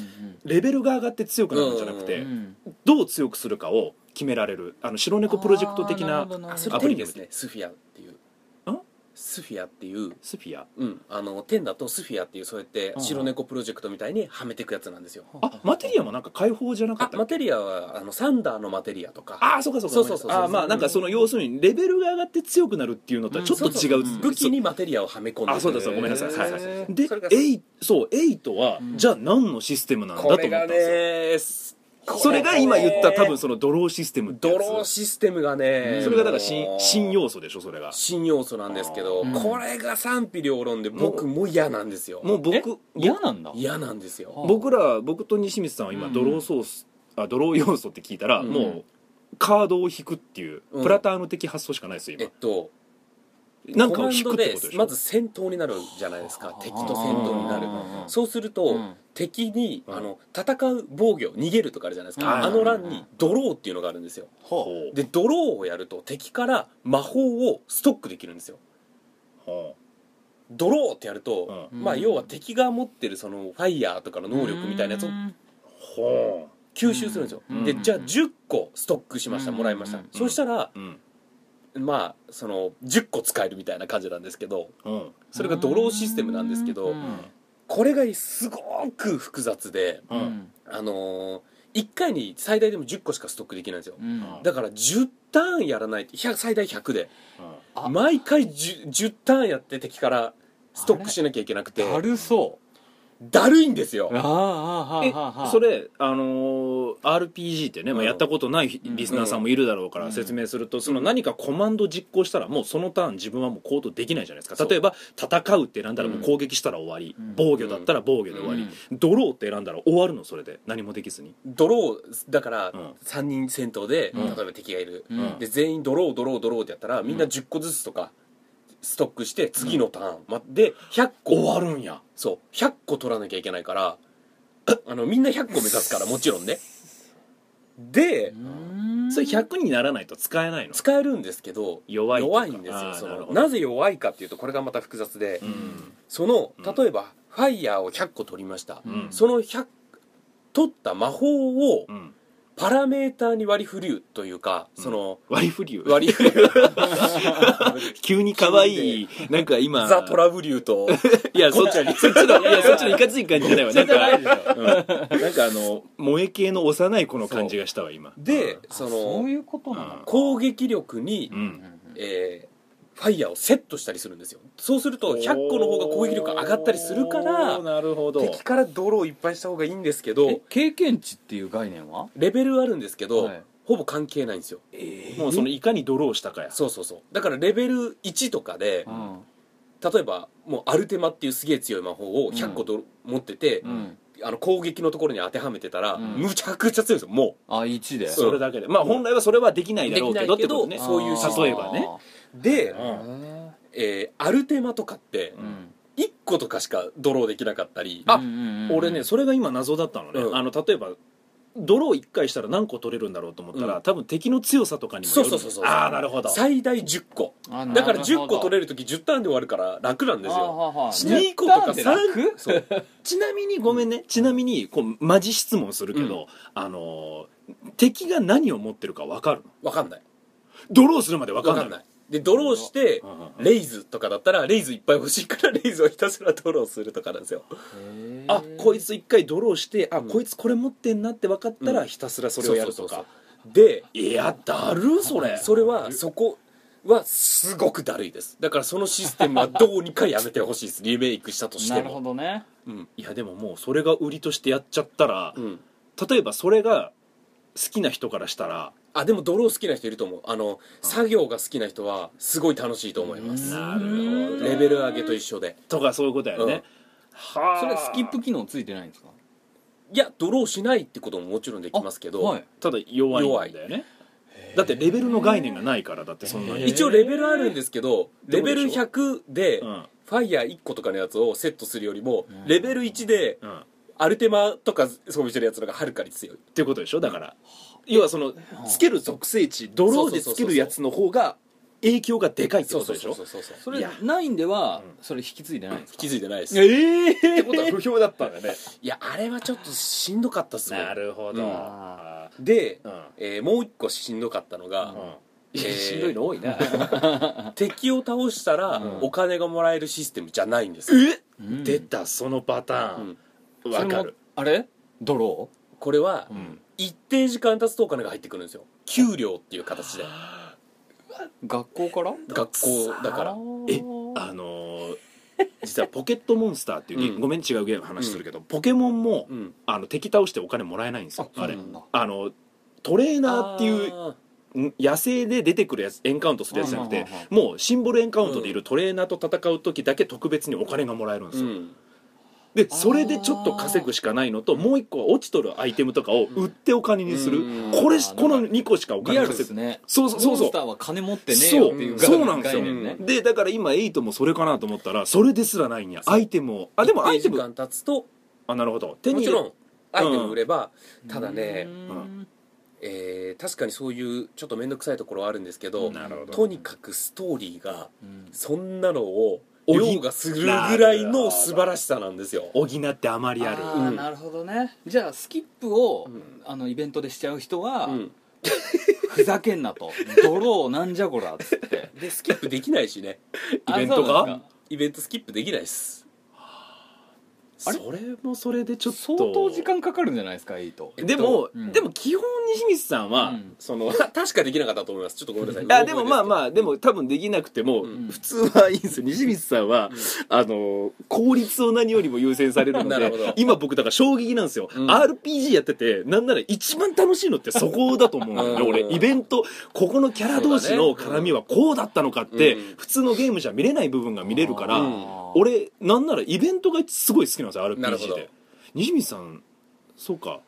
Speaker 3: レベルが上がって強くなるんじゃなくて、
Speaker 2: うんうん
Speaker 3: どう強くするかを決められるあの白猫プロジェクト的
Speaker 2: あ
Speaker 3: な
Speaker 2: ーるほど
Speaker 1: あ
Speaker 2: るほ
Speaker 1: そ
Speaker 2: ど
Speaker 1: れ
Speaker 3: アプ
Speaker 1: テン
Speaker 3: リ
Speaker 1: ですねスフィアっていうんスフィアっていう
Speaker 3: スフィア
Speaker 1: うんあのテンだとスフィアっていうそうやって白猫プロジェクトみたいにはめてくやつなんですよ
Speaker 3: あマテリアもなんか解放じゃなか
Speaker 1: あ
Speaker 3: ったっ
Speaker 1: マ
Speaker 3: け
Speaker 1: テリアはあのサンダーのマテリアとか
Speaker 3: ああそうかそうか
Speaker 1: そうそうそう
Speaker 3: ごめんなさいあーまあなんかその要するにレベルが上がって強くなるっていうのとはちょっと違う
Speaker 2: うんそうそう
Speaker 1: 武器にマテリアをはめ込んで
Speaker 3: あそうだそうだごめんなさいはいはい
Speaker 2: へー
Speaker 3: で
Speaker 1: それが
Speaker 3: エイそうエイトは
Speaker 2: うん
Speaker 3: じゃあ何のシステムなんだと
Speaker 1: こ
Speaker 3: 思った
Speaker 1: れ
Speaker 3: ん
Speaker 1: が
Speaker 3: ですよ
Speaker 1: ね
Speaker 3: それが今言った多分そのドローシステムってや
Speaker 1: ド
Speaker 3: つ
Speaker 1: ローシステムがね
Speaker 3: それがだから新
Speaker 1: もう
Speaker 3: 新要素でしょそれが
Speaker 1: 新要素なんですけど、
Speaker 2: うん
Speaker 1: これが賛否両論で僕も嫌なんですよ
Speaker 3: もう僕
Speaker 2: え嫌なんだ
Speaker 1: 嫌なんですよ
Speaker 3: 僕ら僕と西光さんは今
Speaker 2: うん
Speaker 3: ドローソース、あドロー要素って聞いたら、
Speaker 1: うん
Speaker 3: もうカードを引くっていう
Speaker 1: うん
Speaker 3: プラターヌ的発想しかないですよ
Speaker 1: えっ
Speaker 3: 今、
Speaker 1: と
Speaker 3: なん
Speaker 1: コ
Speaker 3: か
Speaker 1: マ
Speaker 3: を
Speaker 1: ン
Speaker 3: 引く
Speaker 1: ド
Speaker 3: って
Speaker 1: で
Speaker 3: ことでしょ
Speaker 1: まず戦闘になるじゃないですか敵と戦闘になる
Speaker 2: うん
Speaker 1: そうすると、
Speaker 2: うん
Speaker 1: 敵に、
Speaker 3: うん
Speaker 1: あの戦う防御逃げるとかあるじゃないですか、
Speaker 2: うん
Speaker 1: あの欄にドローっていうのがあるんですよ
Speaker 3: ほう
Speaker 1: でドローをやると敵から魔法をストックできるんですよ
Speaker 3: ほ
Speaker 1: ドローってやる
Speaker 3: う
Speaker 1: と、
Speaker 2: うん
Speaker 1: まあ要は敵が持ってるそのファイヤーとかの能力みたいなやつを
Speaker 2: うん
Speaker 3: ほ
Speaker 1: 吸収するんですよ、
Speaker 2: うん
Speaker 1: で
Speaker 2: うん
Speaker 1: じゃあ10個ストックしました、
Speaker 2: うん
Speaker 1: もらいました、
Speaker 2: うん
Speaker 1: そうしたら
Speaker 3: ううん
Speaker 1: まあその10個使えるみたいな感じなんですけど
Speaker 3: うん
Speaker 1: それがドローシステムなんですけど、
Speaker 2: うん
Speaker 1: これがすごく複雑で
Speaker 3: うん
Speaker 1: あのー、1回に最大でも10個しかストックできないんですよ
Speaker 2: うん
Speaker 1: だから10ターンやらないと100最大100で
Speaker 2: あ
Speaker 1: 毎回 10, 10ターンやって敵からストックしなきゃいけなくて
Speaker 2: だるそう
Speaker 1: だるいんですよ
Speaker 2: あああ
Speaker 3: え
Speaker 2: あああああ
Speaker 3: それあのー RPG ってね、ま
Speaker 1: う
Speaker 3: あ、
Speaker 1: ん
Speaker 3: やったことないひ
Speaker 2: うん
Speaker 3: リスナーさんもいるだろうか
Speaker 2: うん
Speaker 3: ら説明すると、その何かコマンド実行したらもうそのターン自分はもう行動できないじゃないで
Speaker 1: そ
Speaker 3: すか
Speaker 1: う
Speaker 3: 例えば戦うって選んだらもう攻撃したら終わり、
Speaker 2: うん
Speaker 3: 防御だったら防御で終わり、ドローって選んだら終わるのそれで何もできずに
Speaker 1: ドローだから
Speaker 3: うん
Speaker 1: 3人戦闘で、
Speaker 2: うん
Speaker 1: 例えば敵がいる、
Speaker 2: うん
Speaker 1: で全員ドロードロードローってやったらみんな10個ずつとかストックして次のターン、ま、で100個
Speaker 3: 終わるんや
Speaker 1: そう100個取らなきゃいけないから あのみんな100個目指すからもちろんねで
Speaker 2: うん
Speaker 3: それ100にならないと使えないの
Speaker 1: 使えるんですけど
Speaker 3: 弱いと
Speaker 1: 弱
Speaker 3: か
Speaker 1: いんです
Speaker 3: あ
Speaker 1: よ
Speaker 3: ー
Speaker 1: そ
Speaker 3: なる
Speaker 1: の
Speaker 3: ほど
Speaker 1: なぜ弱いかっていうとこれがまた複雑で、
Speaker 3: うん
Speaker 1: その
Speaker 3: うん
Speaker 1: 例えば、ファイヤーを100個取りました、
Speaker 2: うん
Speaker 1: その100取った魔法を
Speaker 3: うん
Speaker 1: パラメーターに割り振るというか、その
Speaker 3: 割り振りよ
Speaker 1: 割り振 る
Speaker 3: 急に可愛いなんか今
Speaker 1: ザ・トラブリュー と
Speaker 3: いやそっちそっちのいやそっちのいかつい感じじゃないわなんか
Speaker 1: でしょ
Speaker 3: なんかあの萌え系の幼い子の感じがしたわ今
Speaker 1: で
Speaker 3: うん
Speaker 1: そ
Speaker 2: あそう
Speaker 1: の
Speaker 2: いうことなのか
Speaker 1: 攻撃力に、
Speaker 3: うん
Speaker 1: えーファイヤーをセットしたりするんですよそうすると100個の方が攻撃力上がったりするか
Speaker 3: おー
Speaker 1: ら
Speaker 3: なるほど
Speaker 1: 敵からドローいっぱいした方がいいんですけど
Speaker 2: え経験値っていう概念は
Speaker 1: レベルあるんですけど、
Speaker 2: はい
Speaker 1: ほぼ関係ないんですよ
Speaker 3: もうそのいかにドローしたかや
Speaker 1: そうそうそうだからレベル1とかで
Speaker 2: うん
Speaker 1: 例えばもうアルテマっていうすげえ強い魔法を100個ドロ持ってて、
Speaker 2: うん
Speaker 1: あの攻撃のところに当てはめてたら、
Speaker 2: うん
Speaker 1: むちゃくちゃ強いんですよも
Speaker 2: あ1で
Speaker 1: そう
Speaker 3: それだけでまあ本来はそれはできな
Speaker 1: う
Speaker 3: い
Speaker 1: で
Speaker 3: だろ
Speaker 1: きない
Speaker 3: うけどっ
Speaker 1: け
Speaker 3: てこ
Speaker 1: ど
Speaker 3: とね
Speaker 1: そういうシステム
Speaker 3: 例えばね
Speaker 1: で、
Speaker 3: うん
Speaker 1: えーアルテマとかって
Speaker 2: うん
Speaker 1: 1個とかしかドローできなかったり、
Speaker 3: あ
Speaker 2: うんうんうん
Speaker 3: 俺ねそれが今謎だったのね
Speaker 1: うん
Speaker 3: あの例えばドロー1回したら何個取れるんだろうと思った
Speaker 1: うん
Speaker 3: ら多分敵の強さとかにも
Speaker 1: そ
Speaker 3: よ
Speaker 1: う
Speaker 3: る
Speaker 1: そうそうそう
Speaker 3: ああなるほど
Speaker 1: 最大10個
Speaker 2: あ
Speaker 1: だから10個取
Speaker 2: る
Speaker 1: れる時10ターンで終わるから楽なんですよ
Speaker 2: よ
Speaker 1: 10個とか3
Speaker 2: 楽
Speaker 1: そう
Speaker 3: ちなみにごめんねちなみにこうマジ質問するけど、あのー敵が何を持ってるか分かる
Speaker 1: 分
Speaker 3: の
Speaker 1: かんない
Speaker 3: ドローするまで分か
Speaker 1: 分
Speaker 3: んな
Speaker 1: か
Speaker 3: い
Speaker 1: んないでドローして
Speaker 3: うんうん
Speaker 1: レイズとかだったらレイズいっぱい欲しいからレイズをひたすらドローするとかなんですよ
Speaker 3: あこい
Speaker 2: つ
Speaker 3: つ一回ドローしてあ、
Speaker 1: ん
Speaker 3: こいつこれ持ってんなって分かった
Speaker 1: う
Speaker 3: ら
Speaker 1: ん
Speaker 3: ひたすらそれをやるとか、
Speaker 1: そうそうそうで
Speaker 3: いやだるそれ
Speaker 1: それはそこはすごくだるいですだからそのシステムはどうにかやめてほしいですリメイクしたとしても
Speaker 2: なるほどね
Speaker 1: うん
Speaker 3: いやでももうそれが売りとしてやっちゃったら、
Speaker 1: うん
Speaker 3: 例えばそれが好きな人からしたら
Speaker 1: あでもドロー好きな人いると思うあの作業が好きな人はすごい楽しいと思います
Speaker 3: なるほど
Speaker 1: レベル上げと一緒で
Speaker 3: とかそういうことやね、
Speaker 1: うん
Speaker 3: はあ
Speaker 2: それスキップ機能ついてないんですか
Speaker 1: いやドローしないってことももちろんできますけど、
Speaker 2: はい
Speaker 3: ただ弱いんだよねだってレベルの概念がないからだってそんなに、
Speaker 2: へー
Speaker 1: 一応レベルあるんですけどレ
Speaker 3: どうでしょう
Speaker 1: ベル100で
Speaker 3: うん
Speaker 1: ファイヤー1個とかのやつをセットするよりも
Speaker 2: うん
Speaker 1: レベル1で
Speaker 3: うん、っ
Speaker 1: アルテマとか装備してるやつの方がはるかに強い
Speaker 3: ていうことでしょだから要はそのつける属性値ドローでつけるやつの方が影響がでかいって
Speaker 1: そう
Speaker 3: こと
Speaker 1: そう
Speaker 3: でし
Speaker 1: そうそう
Speaker 3: ょ
Speaker 1: そうそう
Speaker 2: そ
Speaker 3: い
Speaker 2: れ
Speaker 3: や
Speaker 2: ないんでは
Speaker 3: う
Speaker 2: それ引き継いでないんですか
Speaker 1: 気づいてないです
Speaker 2: ええ
Speaker 3: ことは不評だったんだ ね
Speaker 1: いやあれはちょっとしんどかったっすね
Speaker 3: なるほど、
Speaker 1: うん
Speaker 3: あ
Speaker 1: で、
Speaker 3: ー
Speaker 1: えーもう一個しんどかったのが、
Speaker 3: うん
Speaker 1: えー
Speaker 3: しんどいの 多いな
Speaker 1: 敵を倒したら
Speaker 2: うん
Speaker 1: お金がもらえるシステムじゃないんですよ、
Speaker 3: え
Speaker 2: うん
Speaker 3: 出たそのパター
Speaker 1: うん
Speaker 3: ン
Speaker 2: そ
Speaker 3: わ、か
Speaker 2: れも
Speaker 3: る
Speaker 2: あれドロ
Speaker 1: これは
Speaker 2: ーうん
Speaker 1: 一定時間経つとお金が入ってくるんですよ給料っていう形で
Speaker 2: 学校から
Speaker 1: 学校だから
Speaker 2: あ
Speaker 3: え
Speaker 2: ー
Speaker 3: あのー実はポケットモンスターっていうゲーム、
Speaker 1: うん
Speaker 3: ごめん違うゲームの話するけど、ポケモンも、
Speaker 1: うん
Speaker 3: あの敵倒してお金もらえないんですよ
Speaker 2: あ
Speaker 3: あれ
Speaker 2: そうなんだ
Speaker 3: あのトレーナーっていう
Speaker 1: あ
Speaker 3: ん野生で出てくるやつエンカウントするやつじゃなく
Speaker 2: うんう
Speaker 3: て
Speaker 2: んうん
Speaker 3: もうシンボルエンカウントでいるトレーナーと戦う時だけ特別にお金がもらえるんで
Speaker 1: ー
Speaker 3: す
Speaker 1: う
Speaker 3: よ、
Speaker 1: ん
Speaker 3: でそれでちょっと稼ぐしかないのともう一個は落ちとるアイテムとかを売ってお金にする、
Speaker 1: うん
Speaker 3: こ
Speaker 2: あ
Speaker 3: れ
Speaker 2: ー
Speaker 3: この2個しかお
Speaker 2: リ
Speaker 3: 金
Speaker 2: ア
Speaker 3: 稼
Speaker 2: ルです
Speaker 3: ぐ、
Speaker 2: ね
Speaker 3: そうそうそう
Speaker 2: モ
Speaker 3: そ
Speaker 2: ン
Speaker 3: う
Speaker 2: スターは金持ってねえよっていう
Speaker 3: そうそうなんですよ
Speaker 2: 概念ね
Speaker 3: でだから今8もそれかなと思ったらそれですらないんやアイテムをあでもアイテ
Speaker 1: 一定時
Speaker 3: ム
Speaker 1: 間経つと
Speaker 3: あなるほど手
Speaker 1: も
Speaker 3: に
Speaker 1: ち
Speaker 3: 入れ
Speaker 1: ろんアイテム売れば、ただね、
Speaker 2: うん
Speaker 1: えー確かにそういうちょっと面倒くさいところはあるんですけど
Speaker 3: なるほど
Speaker 1: とにかくストーリーが
Speaker 2: うん
Speaker 1: そんなのを
Speaker 3: おぎ
Speaker 1: 凌駕するぐらいの素晴らしさなんですよ
Speaker 3: 補ってあまりある
Speaker 2: あー
Speaker 1: うん
Speaker 2: なるほどねじゃあスキップを、
Speaker 1: うん
Speaker 2: あのイベントでしちゃう人は、
Speaker 1: うん
Speaker 2: ふざけんなと泥をなんじゃこらっつって
Speaker 1: でスキップできないしね
Speaker 3: イベント
Speaker 2: あそうなん
Speaker 3: が
Speaker 2: ですか
Speaker 1: イベントスキップできないっす
Speaker 3: それもそれでちょっと
Speaker 2: 相当時間かかるんじゃないですかエイト
Speaker 1: えっと
Speaker 3: でも、
Speaker 2: うん
Speaker 3: でも基本西光さんは、
Speaker 2: うん
Speaker 3: その
Speaker 1: た確かできなかったと思いますちょっとごめんなさい
Speaker 3: あでもまあ
Speaker 1: あ
Speaker 3: まあでも多分できなくても、
Speaker 1: うん
Speaker 3: 普通はいいんですよ西光さんは、あの効率を何よりも優先されるの
Speaker 1: なるほ
Speaker 3: で
Speaker 1: ど
Speaker 3: 今僕だから衝撃なんですよ、
Speaker 1: うん
Speaker 3: RPG やっててなんなら一番楽しいのってそこだと思うのよ、
Speaker 1: うん
Speaker 3: 俺イベントここのキャラ同士の
Speaker 1: そうだね
Speaker 3: 絡みはこうだったのかって、
Speaker 1: うん
Speaker 3: 普通のゲームじゃ見れない部分が見れるから、
Speaker 1: うん
Speaker 3: 俺なんならイベントがすごい好きなんですよ
Speaker 1: なるほ
Speaker 3: RPG
Speaker 1: ど
Speaker 3: で西光さんそうか、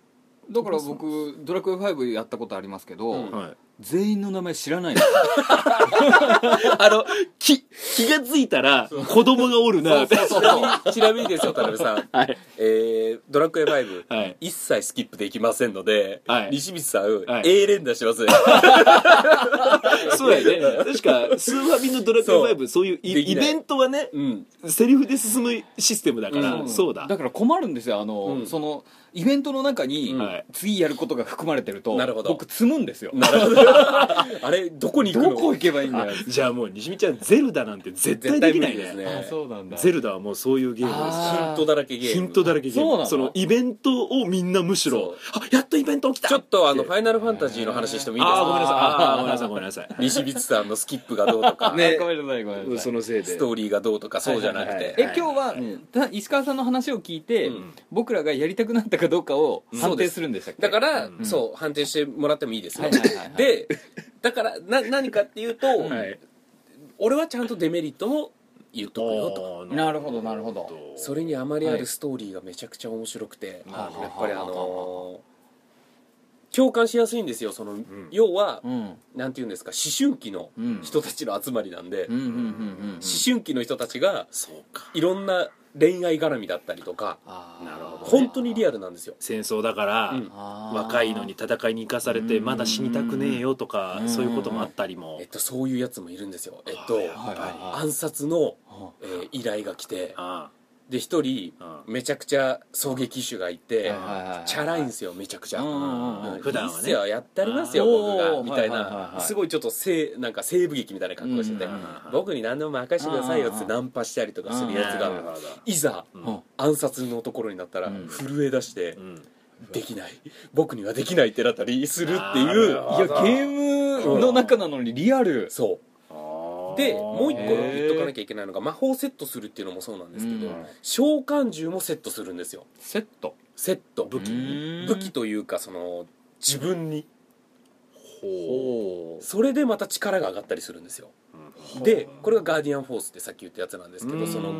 Speaker 2: だから僕ドラクエ5やったことありますけど、
Speaker 1: うん
Speaker 3: はい
Speaker 2: 全員の名前知らないんですよ
Speaker 3: あの、気、気がついたら、子供がおるなって。
Speaker 1: ちなみにちなみにですよ田辺さん、
Speaker 3: はい。
Speaker 1: えードラクエ5、
Speaker 3: はい
Speaker 1: 一切スキップできませんので、
Speaker 3: はい
Speaker 1: 西光さん、
Speaker 3: はい
Speaker 1: A 連打しますね
Speaker 3: そうやね。確か、スーファミのドラクエ
Speaker 1: そう
Speaker 3: 5、そういうイ
Speaker 1: でき
Speaker 3: イ
Speaker 1: ない
Speaker 3: ベントはね、
Speaker 1: うん
Speaker 3: セリフで進むシステムだか
Speaker 1: う
Speaker 3: ら、
Speaker 1: ん
Speaker 3: そうだ。
Speaker 2: から困るんですよあの、
Speaker 1: うん
Speaker 2: そのイベントの中に、
Speaker 3: はい
Speaker 2: 次やることが含まれてると
Speaker 1: なるほど
Speaker 2: 僕積むんですよ
Speaker 1: なるほど あれどこに行くの
Speaker 2: どこ行けばいいんだよ
Speaker 3: じゃあもう、西見ちゃん、ゼルダなんて絶
Speaker 1: 絶
Speaker 3: 対で
Speaker 1: 対
Speaker 3: き
Speaker 1: 無
Speaker 3: ない
Speaker 1: 理です
Speaker 3: ね。
Speaker 1: ね
Speaker 2: あそうなんだ
Speaker 3: ゼルダはもうそういうゲームです
Speaker 2: あ
Speaker 3: か
Speaker 1: ヒントだらけゲ
Speaker 3: ら。
Speaker 1: ーム
Speaker 3: ヒントだらけゲーム。
Speaker 2: そうなの
Speaker 3: その、イベントをみんなむしろ、あ、やっとイベント起きた
Speaker 1: ちょっとあのファイナルファンタジーの話してもいいです
Speaker 3: あー、
Speaker 1: か
Speaker 3: ごめんなさい。あー、ごめんなさい、ごめんなさい。
Speaker 1: 西光さんのスキップがどうとか、
Speaker 2: ねごめんなさいごめんなさい
Speaker 3: そのせいで
Speaker 1: ス。トーリーがどうとかそうじゃなく
Speaker 3: はいはいはい
Speaker 1: て
Speaker 3: はい
Speaker 2: え今日は、た石川さんの話を聞いて、
Speaker 1: うん
Speaker 2: 僕らがやりたくなったかどうかを判定するんでしたっけ
Speaker 1: だから、
Speaker 2: ん
Speaker 1: そう判定してもらってもいいですよ、
Speaker 2: はいはいはいはい
Speaker 1: でだからな何かっていうと、
Speaker 3: はい。
Speaker 1: 俺はちゃんとデメリットも言っとくよと
Speaker 3: あー
Speaker 2: なるほどなるほど
Speaker 1: それにあまりあ
Speaker 2: はい
Speaker 1: るストーリーがめちゃくちゃ面白くて、
Speaker 2: なるほど
Speaker 1: やっぱりあのー共感しやすいんですよその、要は、
Speaker 2: うんうん
Speaker 1: なんて言うんですか思春期の
Speaker 2: うん
Speaker 1: 人たちの集まりなんで、
Speaker 2: うんうん
Speaker 1: 思
Speaker 2: うんうん
Speaker 1: 春期の人たちが
Speaker 3: そうか。
Speaker 1: いろんな恋愛絡みだったりとか
Speaker 2: あー
Speaker 3: なるほど
Speaker 1: 本当にリアルなんですよ
Speaker 3: 戦争だから、
Speaker 1: うん
Speaker 2: あー
Speaker 3: 若いのに戦いに行かされて
Speaker 2: うん
Speaker 3: まだ死にたくねえよとか
Speaker 2: うん
Speaker 3: そういうこともあったりも
Speaker 1: えっと、そういうやつもいるんですよ、えっと、
Speaker 2: はいはいはい
Speaker 1: 暗殺の、
Speaker 2: は
Speaker 1: えー依頼が来て
Speaker 3: あ
Speaker 1: で一人
Speaker 3: あ
Speaker 1: めちゃくちゃ狙撃手がいて、
Speaker 2: はいはいはいはい
Speaker 1: チャラいんですよめちゃくちゃ、
Speaker 2: うんうんうん
Speaker 1: うん
Speaker 3: 普段はね
Speaker 1: いいっすよやってありますよ
Speaker 2: あー
Speaker 1: 僕
Speaker 2: お
Speaker 1: が
Speaker 2: ー
Speaker 1: みたいな、
Speaker 2: はいはいはいはい
Speaker 1: すごいちょっとせいなんか西部劇みたいな格好してて、
Speaker 2: うんうん
Speaker 3: うん
Speaker 1: 僕に何でも任せてくださいよっつっ
Speaker 2: う
Speaker 1: て
Speaker 2: んうん
Speaker 1: ナンパしたりとかする
Speaker 3: や
Speaker 1: やつ
Speaker 3: つ
Speaker 1: が、
Speaker 2: うんうん
Speaker 3: が
Speaker 1: いざ、
Speaker 3: うん
Speaker 2: は
Speaker 1: 暗殺のところになったら
Speaker 2: うん
Speaker 1: 震え出して、
Speaker 3: うん
Speaker 1: できない僕にはできないってなったりするって
Speaker 3: ないる
Speaker 1: う
Speaker 3: ほど
Speaker 2: いやゲームの中なのにリアル
Speaker 1: そうでもう一個言っとかなきゃいけないのが魔法セットするっていうのもそうなんですけど、
Speaker 2: うん
Speaker 1: 召喚獣もセットするんですよ
Speaker 2: セット
Speaker 1: セット武
Speaker 2: 器に
Speaker 1: 武器というかその自分に
Speaker 3: ほ
Speaker 2: お
Speaker 1: それでまた力が上がったりするんですよ
Speaker 2: う
Speaker 1: でこれがガーディアンフォースってさっき言ったやつなんですけ
Speaker 3: う
Speaker 1: ど
Speaker 3: ん
Speaker 1: その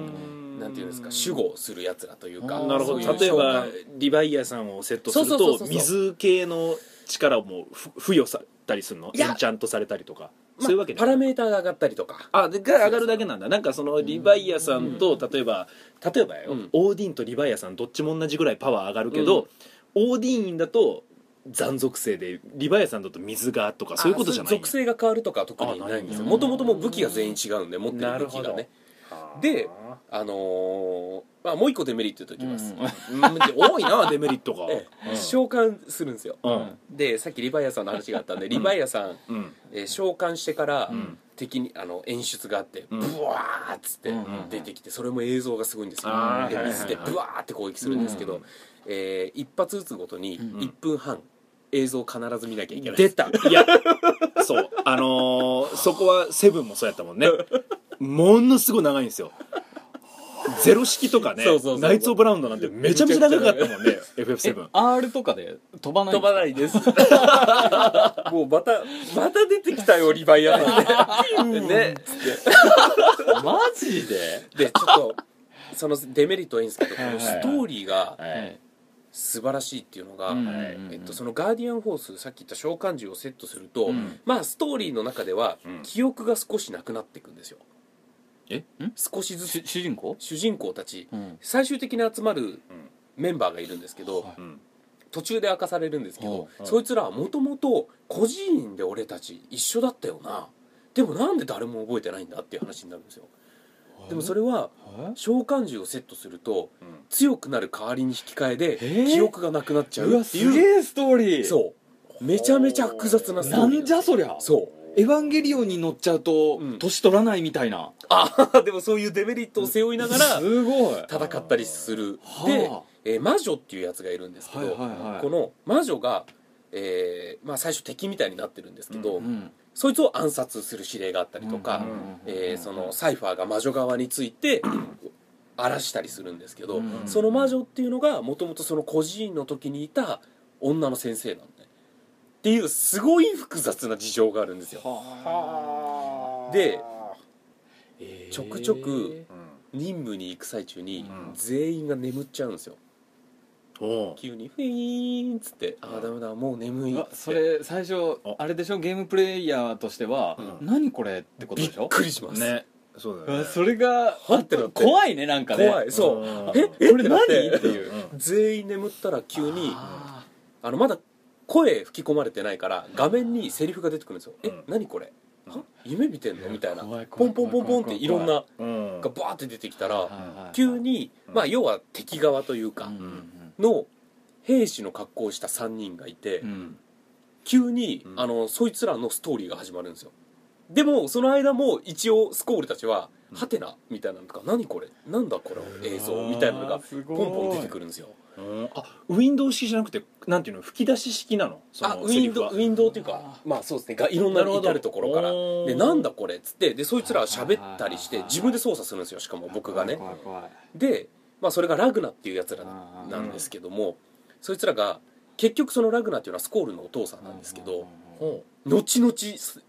Speaker 1: なんていうんですか守護するやつらというか
Speaker 2: あー
Speaker 3: なるほ
Speaker 1: そう
Speaker 3: ど
Speaker 1: いう
Speaker 3: 例えば
Speaker 1: 召喚
Speaker 3: リヴァイアさんをセットする
Speaker 1: そうそうそう
Speaker 3: と
Speaker 1: そうそう
Speaker 3: 水系の力をもうふ付与されたりするの
Speaker 1: いや
Speaker 3: エンチャントされたりとか
Speaker 1: まあ
Speaker 3: そういうわけで
Speaker 1: パラメーターが上がったりとか
Speaker 3: あでが上がるだけなんだなんかそのリヴァイアさんと例えば例えばよ、
Speaker 1: うん
Speaker 3: オーディンとリヴァイアさんどっちも同じぐらいパワー上がるけど、オーディーンだと残属性でリヴァイアさんだと水がとかそういうことじゃないんや
Speaker 1: 属性が変わるとかは特にないんですよ
Speaker 3: あないんだ
Speaker 1: もともともう武器が全員違うんで持ってる武器
Speaker 3: なる
Speaker 1: が
Speaker 3: ほど
Speaker 1: ねであのーまあもう一個デメリット言っておきます、
Speaker 3: うん多いなデメリットが、
Speaker 1: ええ召喚するんですよ、
Speaker 3: うん
Speaker 1: でさっきリヴァイアさんの話があったんでリヴァイアさん、
Speaker 3: うん
Speaker 1: えー召喚してから、
Speaker 3: ん
Speaker 1: 敵にあの演出があって、
Speaker 3: うん
Speaker 1: ブワーっつって
Speaker 2: うんうんうん
Speaker 1: 出てきてそれも映像がすごいんですよ
Speaker 3: あー
Speaker 1: で
Speaker 3: はいはいはい
Speaker 1: 水でブワーって攻撃するんですけど、えー一発撃つごとに1分半、映像を必ず見なきゃいけない
Speaker 3: 出たいやそうあのーそこはセブンもそうやったもんねものすごい長いんですよゼロ式とかね
Speaker 1: そうそうそう
Speaker 3: ナイツ・オブ・ラウンドなんてめちゃめちゃ長かったもんね FF7
Speaker 2: R とかで飛ばない
Speaker 1: 飛ばないですもうまたまた出てきたよリヴァイアンね
Speaker 2: マジで
Speaker 1: でちょっとそのデメリットはいいんですけど、
Speaker 2: いはいはい
Speaker 1: ストーリーが
Speaker 2: はい
Speaker 1: 素晴らしいっていうのが、
Speaker 2: うんうんうん
Speaker 1: えっと、そのガーディアンフォースさっき言った召喚獣をセットすると、
Speaker 2: うん
Speaker 1: まあストーリーの中では
Speaker 3: うん
Speaker 1: 記憶が少しなくなっていくんですよ、
Speaker 3: え
Speaker 2: ん
Speaker 1: 少しず
Speaker 2: 主
Speaker 1: つ
Speaker 2: 主人公
Speaker 1: 主人公たち、
Speaker 2: うん
Speaker 1: 最終的に集まるメンバーがいるんですけど、
Speaker 2: はい
Speaker 3: うん
Speaker 1: 途中で明かされるんですけど、
Speaker 3: うん
Speaker 1: そいつらはもともと孤児院で俺たち一緒だったよなでもなんで誰も覚えてないんだっていう話になるんですよでもそ
Speaker 2: れ
Speaker 1: れは召喚獣をセットすると
Speaker 3: うん
Speaker 1: 強くなる代わりに引き換え
Speaker 2: へ
Speaker 1: で
Speaker 2: ー
Speaker 1: 記憶がなくなっちゃ
Speaker 2: う
Speaker 1: う
Speaker 2: わ
Speaker 1: って
Speaker 2: す
Speaker 1: いう
Speaker 2: げえストーリー
Speaker 1: そうめちゃめちゃ複雑なスト
Speaker 2: な
Speaker 1: ーリー
Speaker 2: んじゃそりゃ
Speaker 1: そう
Speaker 2: エヴァンゲリオンに乗っちゃうと
Speaker 1: うん
Speaker 2: 年取らないみたいな
Speaker 1: あ でもそういうデメリットを背負いながら
Speaker 2: すごいは
Speaker 1: 戦ったりする
Speaker 2: はあ
Speaker 1: で、えー魔女っていうやつがいるんですけ
Speaker 2: い
Speaker 1: ど、
Speaker 2: はいはい
Speaker 1: この魔女が、えーまあ、最初敵みたいになってるんですけど、
Speaker 2: うん
Speaker 1: そいつを暗殺する指令があったりとか、
Speaker 2: うん
Speaker 1: えーそのサイファーが魔女側につい て荒らしたりするんですけど、
Speaker 2: うん
Speaker 1: その魔女っていうのがもともとその孤児院の時にいた女の先生なんでっていうすごい複雑な事情があるんですよ
Speaker 2: は
Speaker 1: で
Speaker 2: えー
Speaker 1: ちょくちょく
Speaker 3: うん
Speaker 1: 任務に行く最中に
Speaker 3: うん
Speaker 1: 全員が眠っちゃうんですよ
Speaker 3: おう
Speaker 1: 急に「フィーン」っつって「ああダメだもう眠い」っ
Speaker 2: あ
Speaker 1: つ
Speaker 2: そ
Speaker 1: って
Speaker 2: れ最初
Speaker 3: あ
Speaker 2: あれでしょゲームプレイヤーとしては
Speaker 3: うん
Speaker 2: 何これってこと
Speaker 1: びっ
Speaker 2: でしょ
Speaker 1: くりします、
Speaker 3: ねそうだ
Speaker 2: う
Speaker 3: よ
Speaker 2: わ
Speaker 3: ね
Speaker 2: それが
Speaker 1: はってなって
Speaker 2: 怖いねなんかね
Speaker 1: 怖いそううん「ええ
Speaker 2: こ
Speaker 1: っ
Speaker 2: れ
Speaker 1: てなっ
Speaker 2: 何ってていう
Speaker 3: うん
Speaker 1: 全員眠ったら急に
Speaker 2: あ
Speaker 1: あのまだ声吹き込まれてないから画面にセリフが出てくるんですよ「
Speaker 3: うん
Speaker 1: え何これは夢見てんの?」みたいな
Speaker 2: 怖い
Speaker 1: ポ
Speaker 2: 怖い
Speaker 1: ンポンポンポンっていろんな
Speaker 3: うん
Speaker 1: がバーって出てきた
Speaker 2: ー
Speaker 1: ら
Speaker 2: はいはいはい
Speaker 1: 急にまあ要は敵側という
Speaker 2: う
Speaker 1: か
Speaker 2: ん
Speaker 1: の兵士の格好をした3人がいて
Speaker 2: うんうん
Speaker 1: 急に
Speaker 3: うん
Speaker 1: あのそいつらのストーリーが始まるんですよでもその間も一応スコールたちは「
Speaker 3: うん
Speaker 1: ハテナ」みたいなのとか「何これなんだこれ映像」みたいなの
Speaker 2: あ
Speaker 1: が
Speaker 2: ーす
Speaker 1: ポ
Speaker 2: ご
Speaker 1: ン
Speaker 2: い
Speaker 1: ポン出てくるんですよ
Speaker 3: うんあウィンドウ式じゃなくてなんていうの吹き出し式なのその
Speaker 1: あウ
Speaker 3: セ
Speaker 1: ィ
Speaker 3: リ
Speaker 1: ン
Speaker 3: フ
Speaker 1: ド
Speaker 3: は
Speaker 1: ウィンドウというかまあそうですねがいろんな
Speaker 3: なるほど
Speaker 1: 至るところから
Speaker 3: おー
Speaker 1: でなんだこれっつってでそいつらは喋ったりして
Speaker 2: はいはいはいはい
Speaker 1: 自分で操作するんですよしかも僕がね
Speaker 2: 怖い怖い怖い
Speaker 1: で、まあ、それがラグナっていうやつら
Speaker 2: あー
Speaker 1: なんですけどもそいつらが結局そのラグナっていうのはスコールのお父さんなんですけど
Speaker 3: ほ
Speaker 1: 後々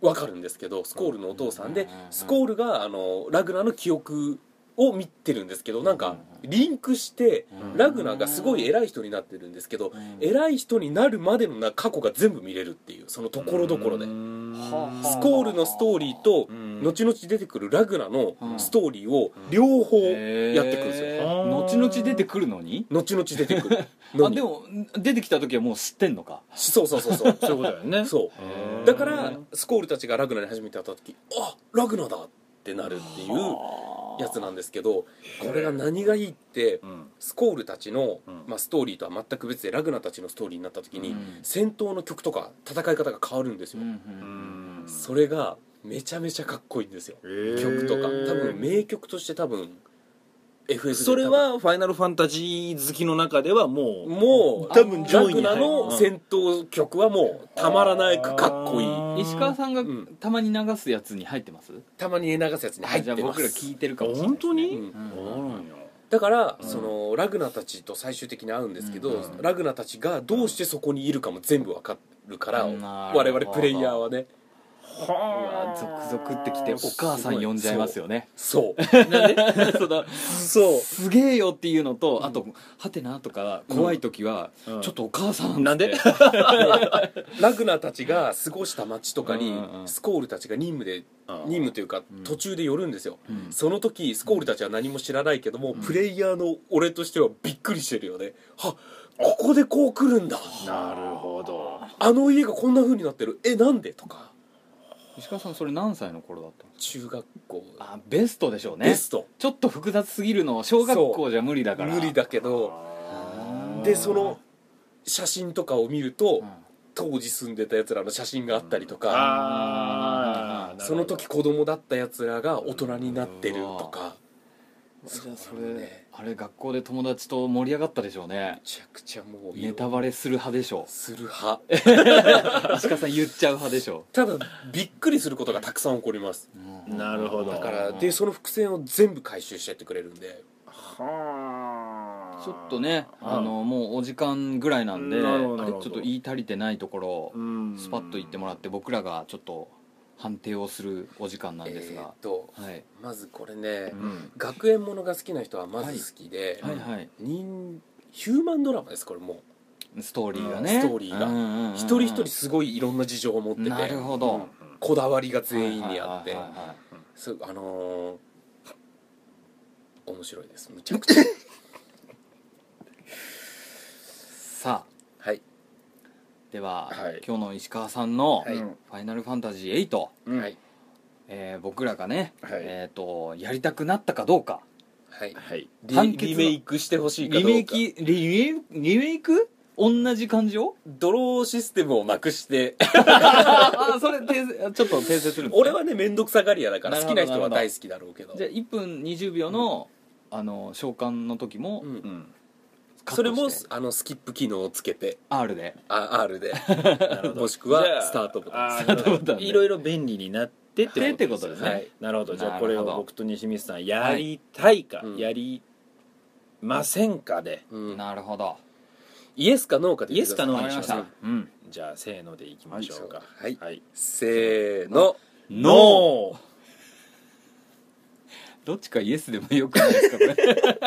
Speaker 1: 分かるんですけどスコールのお父さん
Speaker 2: う
Speaker 1: で
Speaker 2: ん
Speaker 1: スコールがあのラグナの記憶を見てるんですけどなんかリンクして
Speaker 2: うん
Speaker 1: ラグナがすごい偉い人になってるんですけど偉い人になるまでのな過去が全部見れるっていうそのと
Speaker 3: う
Speaker 1: ころどころで
Speaker 3: うん
Speaker 2: はあ
Speaker 1: スコールのストーリーと
Speaker 3: うん
Speaker 1: 後々出てくるラグナのストーリーを両方やってくるんですよ
Speaker 2: へー後々出てくるのに
Speaker 1: 後々出てくるの
Speaker 2: あ
Speaker 1: に
Speaker 2: でも出てきた時はもう知ってんのか
Speaker 1: そうそうそうそう
Speaker 3: そういうことだよ ね
Speaker 1: そううんだからスコールたちがラグナに初めて会った時あラグナだってなるっていうやつなんですけどこれが何がいいって
Speaker 3: うん
Speaker 1: スコールたちの
Speaker 3: うん、
Speaker 1: まあ、ストーリーとは全く別でラグナたちのストーリーになった時に
Speaker 2: うん
Speaker 1: 戦闘の曲とか戦い方が変わるんです
Speaker 2: う
Speaker 1: よ
Speaker 2: んうん
Speaker 3: うん
Speaker 1: それがめちゃめちゃかっこいいんですよ曲
Speaker 3: 曲
Speaker 1: とか多分名曲として多分 FF で
Speaker 3: それはファイナルファンタジー好きの中では
Speaker 1: 多
Speaker 3: もう
Speaker 1: 分もう
Speaker 3: 多分上位に入る
Speaker 1: ラグナの戦闘曲はもうたまらないくかっこいい
Speaker 3: あー
Speaker 2: 石川さんが
Speaker 1: うん
Speaker 2: たまに流すやつに入ってます
Speaker 1: たまに流すやつに入っ
Speaker 2: あじゃあ
Speaker 1: てま
Speaker 2: 僕ら聞
Speaker 1: す
Speaker 2: いてるかもしれない
Speaker 3: 本当に、
Speaker 1: うん
Speaker 2: うん
Speaker 3: そうなんや
Speaker 1: だから
Speaker 3: うん
Speaker 1: そのラグナたちと最終的に会うんですけど
Speaker 2: うん
Speaker 1: ラグナたちがどうしてそこにいるかも全部わかるから
Speaker 2: うんな
Speaker 1: 我
Speaker 2: るほど
Speaker 1: 々プレイヤーはね
Speaker 3: は
Speaker 2: 続々ってきてお母さん呼んじゃいますよね
Speaker 1: そう
Speaker 2: そ の
Speaker 1: そう
Speaker 2: すげえよっていうのと、あと「はてな」とか怖い時は、
Speaker 3: うん
Speaker 2: ちょっとお母さんっつって
Speaker 3: なんで
Speaker 1: ラグナたちが過ごした街とかに
Speaker 2: うんうんうん
Speaker 1: スコールたちが任務で
Speaker 3: うん
Speaker 1: 任務というか
Speaker 2: うん
Speaker 1: 途中で寄るんですよ、
Speaker 2: うん
Speaker 1: その時スコールたちは何も知らないけども、
Speaker 2: ん
Speaker 1: プレイヤーの俺としてはびっくりしてるよねはここでこう来るんだ
Speaker 3: なるほど
Speaker 1: あの家がこんな風になってるえなんでとか
Speaker 2: 石川さんそれ何歳の頃だったの
Speaker 1: 中学校
Speaker 2: あベストでしょうね
Speaker 1: ベスト、
Speaker 2: ちょっと複雑すぎるのは小学校じゃ無理だから
Speaker 1: 無理だけど
Speaker 2: あー
Speaker 1: でその写真とかを見ると、
Speaker 2: うん
Speaker 1: 当時住んでたやつらの写真があったりとか、
Speaker 3: あー
Speaker 1: その時子供だったやつらが大人になってるとか、
Speaker 2: じゃあそ
Speaker 1: そうだ
Speaker 2: れ
Speaker 1: ね
Speaker 2: あれ学校で友達と盛り上がったでしょう
Speaker 1: め
Speaker 2: ね
Speaker 1: ちゃくちゃもう
Speaker 2: ネタバレする派でしょ
Speaker 1: する派
Speaker 2: う石川さん言っちゃう派でしょ
Speaker 1: ただびっくりすることがたくさん起こります
Speaker 2: う、
Speaker 3: なるほど
Speaker 1: だからでその伏線を全部回収してってくれるんで
Speaker 3: あはあ
Speaker 2: ちょっとねあのもうお時間ぐらいなんで
Speaker 3: な
Speaker 2: あ
Speaker 3: る
Speaker 2: れ
Speaker 3: ほどなるほど
Speaker 2: ちょっと言い足りてないところを
Speaker 3: うん
Speaker 2: スパッと言ってもらって僕らがちょっと判定をするお時間なんで
Speaker 1: え
Speaker 2: す
Speaker 1: ー
Speaker 2: が
Speaker 1: っ、と
Speaker 2: はい
Speaker 1: まずこれね、
Speaker 3: うん
Speaker 1: 学園ものが好きな人はまず好きで、
Speaker 2: はいはい
Speaker 1: 人ヒューマンドラマですこれも
Speaker 2: ストーリーがね
Speaker 1: ストーリーが
Speaker 2: うんうんうんうん
Speaker 1: う一人一人すごいいろんな事情を持ってて
Speaker 2: なるほど、
Speaker 1: こだわりが全員にあって
Speaker 2: はいはいはいはい
Speaker 1: すあのー面白いですむちゃくち ゃ
Speaker 2: さあ
Speaker 1: はい
Speaker 2: では、
Speaker 1: はい
Speaker 2: 今日の石川さんの、
Speaker 1: はい
Speaker 2: ファイナルファンタジー8」
Speaker 3: うん
Speaker 1: はい
Speaker 2: えー僕らがね、
Speaker 3: はい
Speaker 2: えー、とやりたくなったかどうか
Speaker 1: はい
Speaker 3: はい
Speaker 1: リ
Speaker 2: 判決の
Speaker 1: リメイクしてほしいかどう
Speaker 2: リ
Speaker 1: か
Speaker 2: メイキリメイリメイク同じ感じを
Speaker 1: ドローシステムをなく して
Speaker 2: ああそれ訂正ちょっと訂正するんですね
Speaker 1: 俺はね面倒くさがり屋だから
Speaker 2: なる
Speaker 1: 好
Speaker 2: ほ
Speaker 1: き
Speaker 2: ど
Speaker 1: な人は大好きだろうけど
Speaker 2: じゃあ1分20秒の,、あの召喚の時も、
Speaker 1: うん
Speaker 3: うん
Speaker 2: カットして
Speaker 1: それもあのスキップ機能をつけて
Speaker 2: R で
Speaker 1: あ R で
Speaker 3: ほど
Speaker 1: もしくは
Speaker 3: じゃあ
Speaker 1: スタートボタン
Speaker 3: あー
Speaker 2: スタ ートボタンで
Speaker 3: いろいろ便利になってって
Speaker 2: ってことですね
Speaker 3: はいなるほどじゃあ
Speaker 2: なるほ
Speaker 3: こ
Speaker 2: ど
Speaker 3: れを僕と西光さんやりたいか
Speaker 1: はい
Speaker 3: やりませんかで
Speaker 1: うん
Speaker 2: なるほど
Speaker 1: イエスかノーかで
Speaker 3: イ
Speaker 1: 言っ
Speaker 3: エ
Speaker 1: て
Speaker 3: ス
Speaker 1: くだ
Speaker 3: か
Speaker 1: さい
Speaker 3: ノ
Speaker 2: わ
Speaker 3: ー
Speaker 2: か
Speaker 3: に
Speaker 2: りまし
Speaker 3: しましたた
Speaker 2: うん
Speaker 3: じゃあせーのでいきましょうか
Speaker 1: はい
Speaker 3: はい
Speaker 1: せーの
Speaker 3: ノー
Speaker 2: どっちかイエスでもよくないですか これ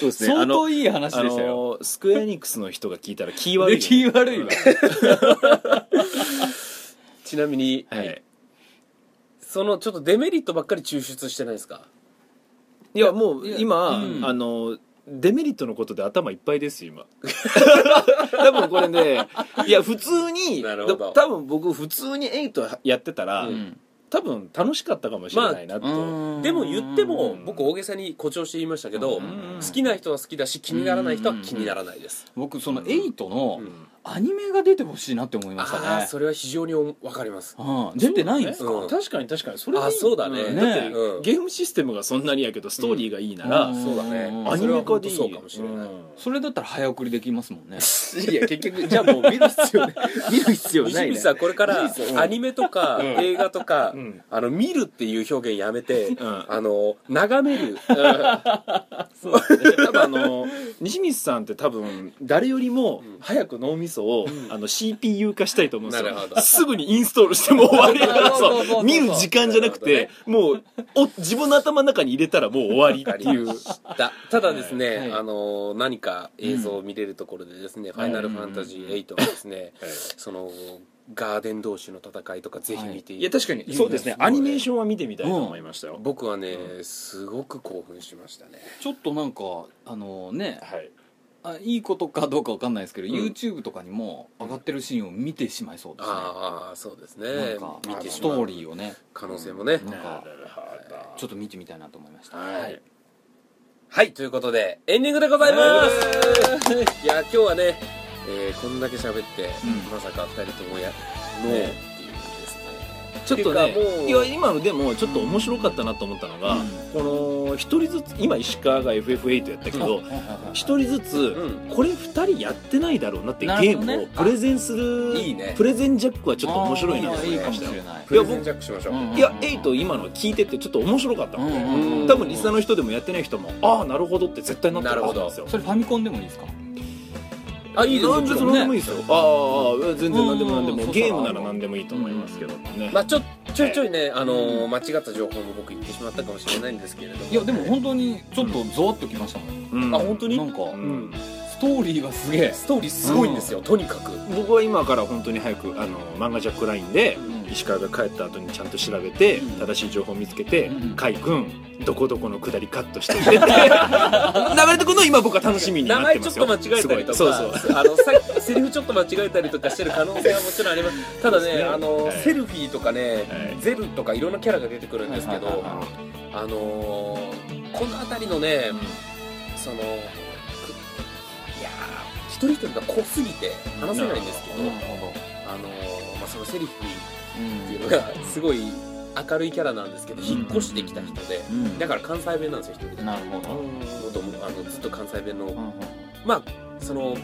Speaker 3: そうですね
Speaker 2: 相
Speaker 3: あの
Speaker 2: 当いい話
Speaker 3: あ
Speaker 2: でしたよ、
Speaker 3: のスクエアエニックスの人が聞いたら気悪い
Speaker 2: で
Speaker 3: よね
Speaker 2: 気悪いわ
Speaker 1: ちなみに、
Speaker 3: はい
Speaker 1: そのちょっとデメリットばっかり抽出してないですか
Speaker 3: いやもう
Speaker 2: いや
Speaker 3: 今、
Speaker 2: うん
Speaker 3: あのデメリットのことで頭いっぱいですよ 今多分これねいや普通に
Speaker 1: なるほど
Speaker 3: 多分僕普通に8やってたら、
Speaker 2: うん
Speaker 3: 多分楽しかったかもしれないなと、
Speaker 2: うん
Speaker 1: でも言って
Speaker 2: う
Speaker 1: も
Speaker 2: ん
Speaker 1: 僕大げさに誇張して言いましたけど
Speaker 2: うん
Speaker 1: 好きな人は好きだし気にならない人は気にならないです
Speaker 2: 僕その8の
Speaker 1: うん
Speaker 2: アニメが出てほしいなって思いましたね
Speaker 1: ああそれは非常に分かります
Speaker 2: うん、出てないんですか、
Speaker 1: そうだねうん
Speaker 3: 確かに確かにそれ
Speaker 1: あそうだね
Speaker 3: んだって、
Speaker 1: うん
Speaker 3: ゲームシステムがそんなにやけどストーリーがいいなら、
Speaker 2: うん
Speaker 1: そうだね
Speaker 2: うん
Speaker 3: アニメ化でいい
Speaker 1: それは本当そうかもしれない
Speaker 3: うん
Speaker 2: それだったら早送りできますも んね
Speaker 3: いや結局じゃあもう見る必要ない見る必要
Speaker 1: 西
Speaker 3: ない
Speaker 1: 光
Speaker 3: ね
Speaker 1: さんこれからアニメとか映画とか
Speaker 3: うん
Speaker 1: あの見るっていう表現やめて
Speaker 3: ん
Speaker 1: あの眺める
Speaker 3: 多分あの西光さんって多分誰よりも早く脳みそを、あの CPU 化したいと思うんですよ
Speaker 1: なるほど
Speaker 3: すぐにインストールしても終わりだか
Speaker 2: そ
Speaker 3: ら
Speaker 2: うそうそう
Speaker 3: そう見る時間じゃなくてもうお自分の頭の中に入れたらもう終わりっていう
Speaker 1: だただですね、
Speaker 2: はい
Speaker 1: あの何か映像を見れるところでですね「ファイナルファンタジー8」はですね、そのガーデン同士の戦いとかぜひ見てい
Speaker 3: いや確かにそうですねアニメーションは見てみたいと思いましたよ、
Speaker 1: 僕はね、すごく興奮しましたね
Speaker 2: ちょっとなんかあのね
Speaker 3: はい
Speaker 2: あいいことかどうかわかんないですけど、
Speaker 1: うん
Speaker 2: YouTube とかにも上がってるシーンを見てしまいそうですね
Speaker 1: ああそうです
Speaker 2: なん
Speaker 1: ね
Speaker 2: か
Speaker 1: 見て
Speaker 2: ス
Speaker 1: しま
Speaker 2: トー
Speaker 1: う
Speaker 2: リーをね
Speaker 1: 可能性もね、
Speaker 2: うんなんかちょっ
Speaker 3: っ
Speaker 2: と見てみたいなと思いました
Speaker 3: はい、
Speaker 1: はいということでエンディングでございます、いや今日はね、えーこんだけ喋って、
Speaker 2: うん
Speaker 1: まさか2人ともやの、
Speaker 3: ね
Speaker 1: っていうですね
Speaker 3: ちょっと
Speaker 1: っていうかもう
Speaker 3: ねいや今のでもちょっと面白かったなと思ったのが、
Speaker 2: うん
Speaker 3: この一人ずつ今石川が FF8 やったけど、一人ずつ、
Speaker 1: ん
Speaker 3: これ二人やってないだろうなって
Speaker 2: なる
Speaker 3: ゲ
Speaker 2: ほど
Speaker 3: ー
Speaker 2: ね
Speaker 3: ムをプレゼンする
Speaker 1: いいね
Speaker 3: プレゼンジャックはちょっと面白いな
Speaker 2: あ
Speaker 3: と
Speaker 2: ー
Speaker 3: 思
Speaker 2: いい
Speaker 3: い
Speaker 2: か
Speaker 3: ま
Speaker 2: も
Speaker 3: し
Speaker 2: したれ
Speaker 3: よ
Speaker 2: ない
Speaker 1: プレゼンジャックしましょう、
Speaker 2: うん
Speaker 3: いや8今の聞いててちょっと面白かったもん
Speaker 2: うん
Speaker 3: ね
Speaker 2: うんうん
Speaker 3: 多分リスナーの人でもやってない人もああなるほどって絶対なってるはずなんですよ
Speaker 2: それファミコンでもいいですか
Speaker 1: あいいです
Speaker 3: な
Speaker 1: よ
Speaker 3: ん
Speaker 1: も
Speaker 3: で
Speaker 1: ち
Speaker 3: そ
Speaker 1: ろん
Speaker 3: の
Speaker 1: ね
Speaker 3: でもいいですよああ全然何でも何で
Speaker 2: うんうん
Speaker 3: も
Speaker 2: うん
Speaker 3: ゲームなら何でもいいと思いますけどね
Speaker 1: まあ、ちょちょいちょいね、あのー間違った情報も僕言ってしまったかもしれないんですけれども
Speaker 2: いやでも本当にちょっとゾワッときましたもん、
Speaker 3: うん
Speaker 1: あ本当に
Speaker 2: なんか、
Speaker 3: うん
Speaker 2: ストーリーがすげえ、
Speaker 1: ストーリーすごいんですよ、とにかく
Speaker 3: 僕は今から本当に早くあの漫画ジャックラインで石川が帰った後にちゃんと調べて
Speaker 2: うん
Speaker 3: 正しい情報を見つけて
Speaker 2: うん
Speaker 3: 「海君どこどこの下りカットして」って 流れてくのを今僕は楽しみに
Speaker 1: 名
Speaker 3: 待っ
Speaker 1: 前
Speaker 3: て
Speaker 1: ち
Speaker 3: ま
Speaker 1: ょっ
Speaker 3: す
Speaker 1: と
Speaker 3: よ
Speaker 1: 間違えたりとか
Speaker 3: すごいそうそう
Speaker 1: あのさセリフちょっと間違えたりとかしてる可能性はもちろんありますただ
Speaker 3: そう
Speaker 1: ね
Speaker 3: ですね
Speaker 1: あのー
Speaker 3: はい
Speaker 1: セルフィーとかね、
Speaker 3: はい
Speaker 1: ゼルとかいろんなキャラが出てくるんですけど、
Speaker 2: はいはいはい
Speaker 3: あ
Speaker 1: あのーこの辺りのね
Speaker 3: の
Speaker 1: そのくいやー一人一人が濃すぎて話せないんですけど、
Speaker 2: なるほど、
Speaker 1: あのーまあ、そのセリフィーっていう
Speaker 2: う
Speaker 1: のがすごい明るいキャラなんですけど引っ越してきた人で
Speaker 2: ん
Speaker 1: だから関西弁なんですよ一人で
Speaker 2: なるほど、
Speaker 1: 元もあのずっと関西弁
Speaker 2: う
Speaker 1: の
Speaker 2: んうん
Speaker 1: まあその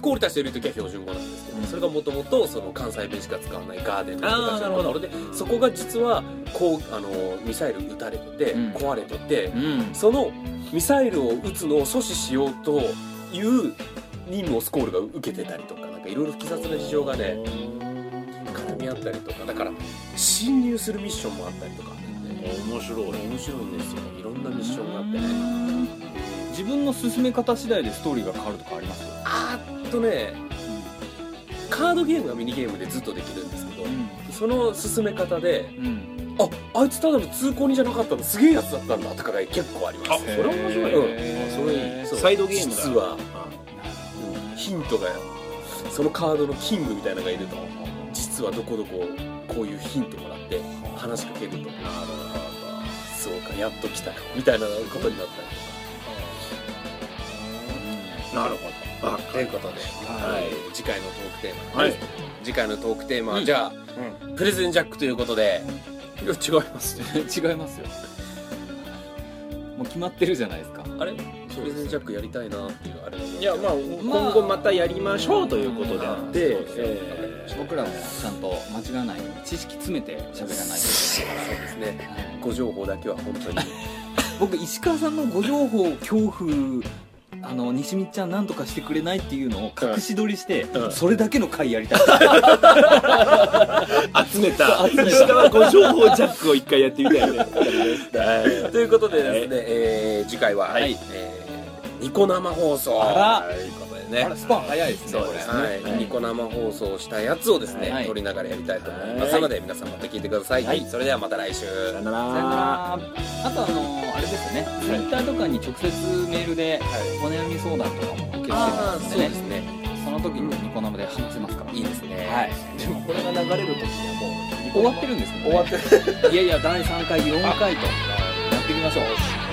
Speaker 1: 凍りた人いる時は標準語なんですけどそれがもともとその関西弁しか使わないガーデンの人たちのところでそこが実はこうあのミサイル撃たれてて
Speaker 2: うん
Speaker 1: 壊れてて
Speaker 2: うん
Speaker 1: そのミサイルを撃つのを阻止しようという任務をスコールが受けてたりとかなんかいろいろ複雑な事情がね絡み合ったりとかだから侵入するミッションもあったりとか
Speaker 3: 面白い
Speaker 1: 面白いんですよいろんなミッションがあってね
Speaker 2: 自分の進め方次第でストーリーが変わるとかありますよ、
Speaker 1: あーっとねカードゲームがミニゲームでずっとできるんですけどその進め方で
Speaker 2: うん
Speaker 1: ああいつただの通行人じゃなかったのすげえやつだったんだとかが結構あります
Speaker 3: あそれ面白いね
Speaker 2: へー
Speaker 3: あそれい い
Speaker 1: そう
Speaker 3: サイドゲームだ
Speaker 1: 実は
Speaker 2: なる
Speaker 1: ヒントがそのカードのキングみたいなのがいると実はどこどここういうヒントもらって話しかけるとなるそうかやっと来たかみたいなことになったりとか
Speaker 3: なるほどあ
Speaker 1: ということで、
Speaker 2: は
Speaker 1: はいい、次回のトークテーマ、
Speaker 3: はい
Speaker 1: 次回のトークテーマは、
Speaker 3: うん
Speaker 1: じゃあ、プレゼンジャックということでいや違います
Speaker 2: ほど違いますよもう決まってるじゃないですか
Speaker 1: あれプレゼンジャックやりたいなっていうあれなんだけど
Speaker 3: いやまあ今後またやりましょうということであって
Speaker 1: まあそうそう
Speaker 3: えー
Speaker 2: 僕らもちゃんと間違わないように知識詰めて喋らないと
Speaker 1: そうですね
Speaker 2: いけない、はい
Speaker 1: ご情報だけは本当に
Speaker 2: 僕石川さんのご情報恐怖あの西光ちゃんなんとかしてくれないっていうのを隠し撮りして、
Speaker 3: うん
Speaker 2: それだけの回やりたい
Speaker 3: 集めた
Speaker 2: 集めた
Speaker 3: 石川ご情報ジャックを一回やってみた いねはい
Speaker 1: ということでですね、えー次回は、
Speaker 2: はい
Speaker 1: えーニコ生放送
Speaker 2: あら
Speaker 1: ということでね
Speaker 2: あれスパン早いですね
Speaker 1: そうですね、
Speaker 2: これ
Speaker 1: はいニコ生放送したやつをですね、
Speaker 2: はい
Speaker 1: 撮りながらやりたいと思いますので、皆さんまた聞いてください、
Speaker 3: はい
Speaker 1: それではまた来週
Speaker 3: さよな
Speaker 2: さよな
Speaker 3: ら
Speaker 2: らあとあのあれですよねツイッターとかに直接メールでお悩み相談とかも受け付けて
Speaker 1: あ
Speaker 2: ま
Speaker 1: あ
Speaker 2: す
Speaker 1: そ
Speaker 2: ん
Speaker 1: う
Speaker 2: で
Speaker 1: で
Speaker 2: ね
Speaker 1: すね
Speaker 2: その時にニコ生で話せますから
Speaker 1: いいですね
Speaker 2: はい
Speaker 3: でもこれが流れる時にはもう
Speaker 2: 終わってるんですけど、
Speaker 3: 終わって
Speaker 2: いやいや第3回4回とやっていきましょう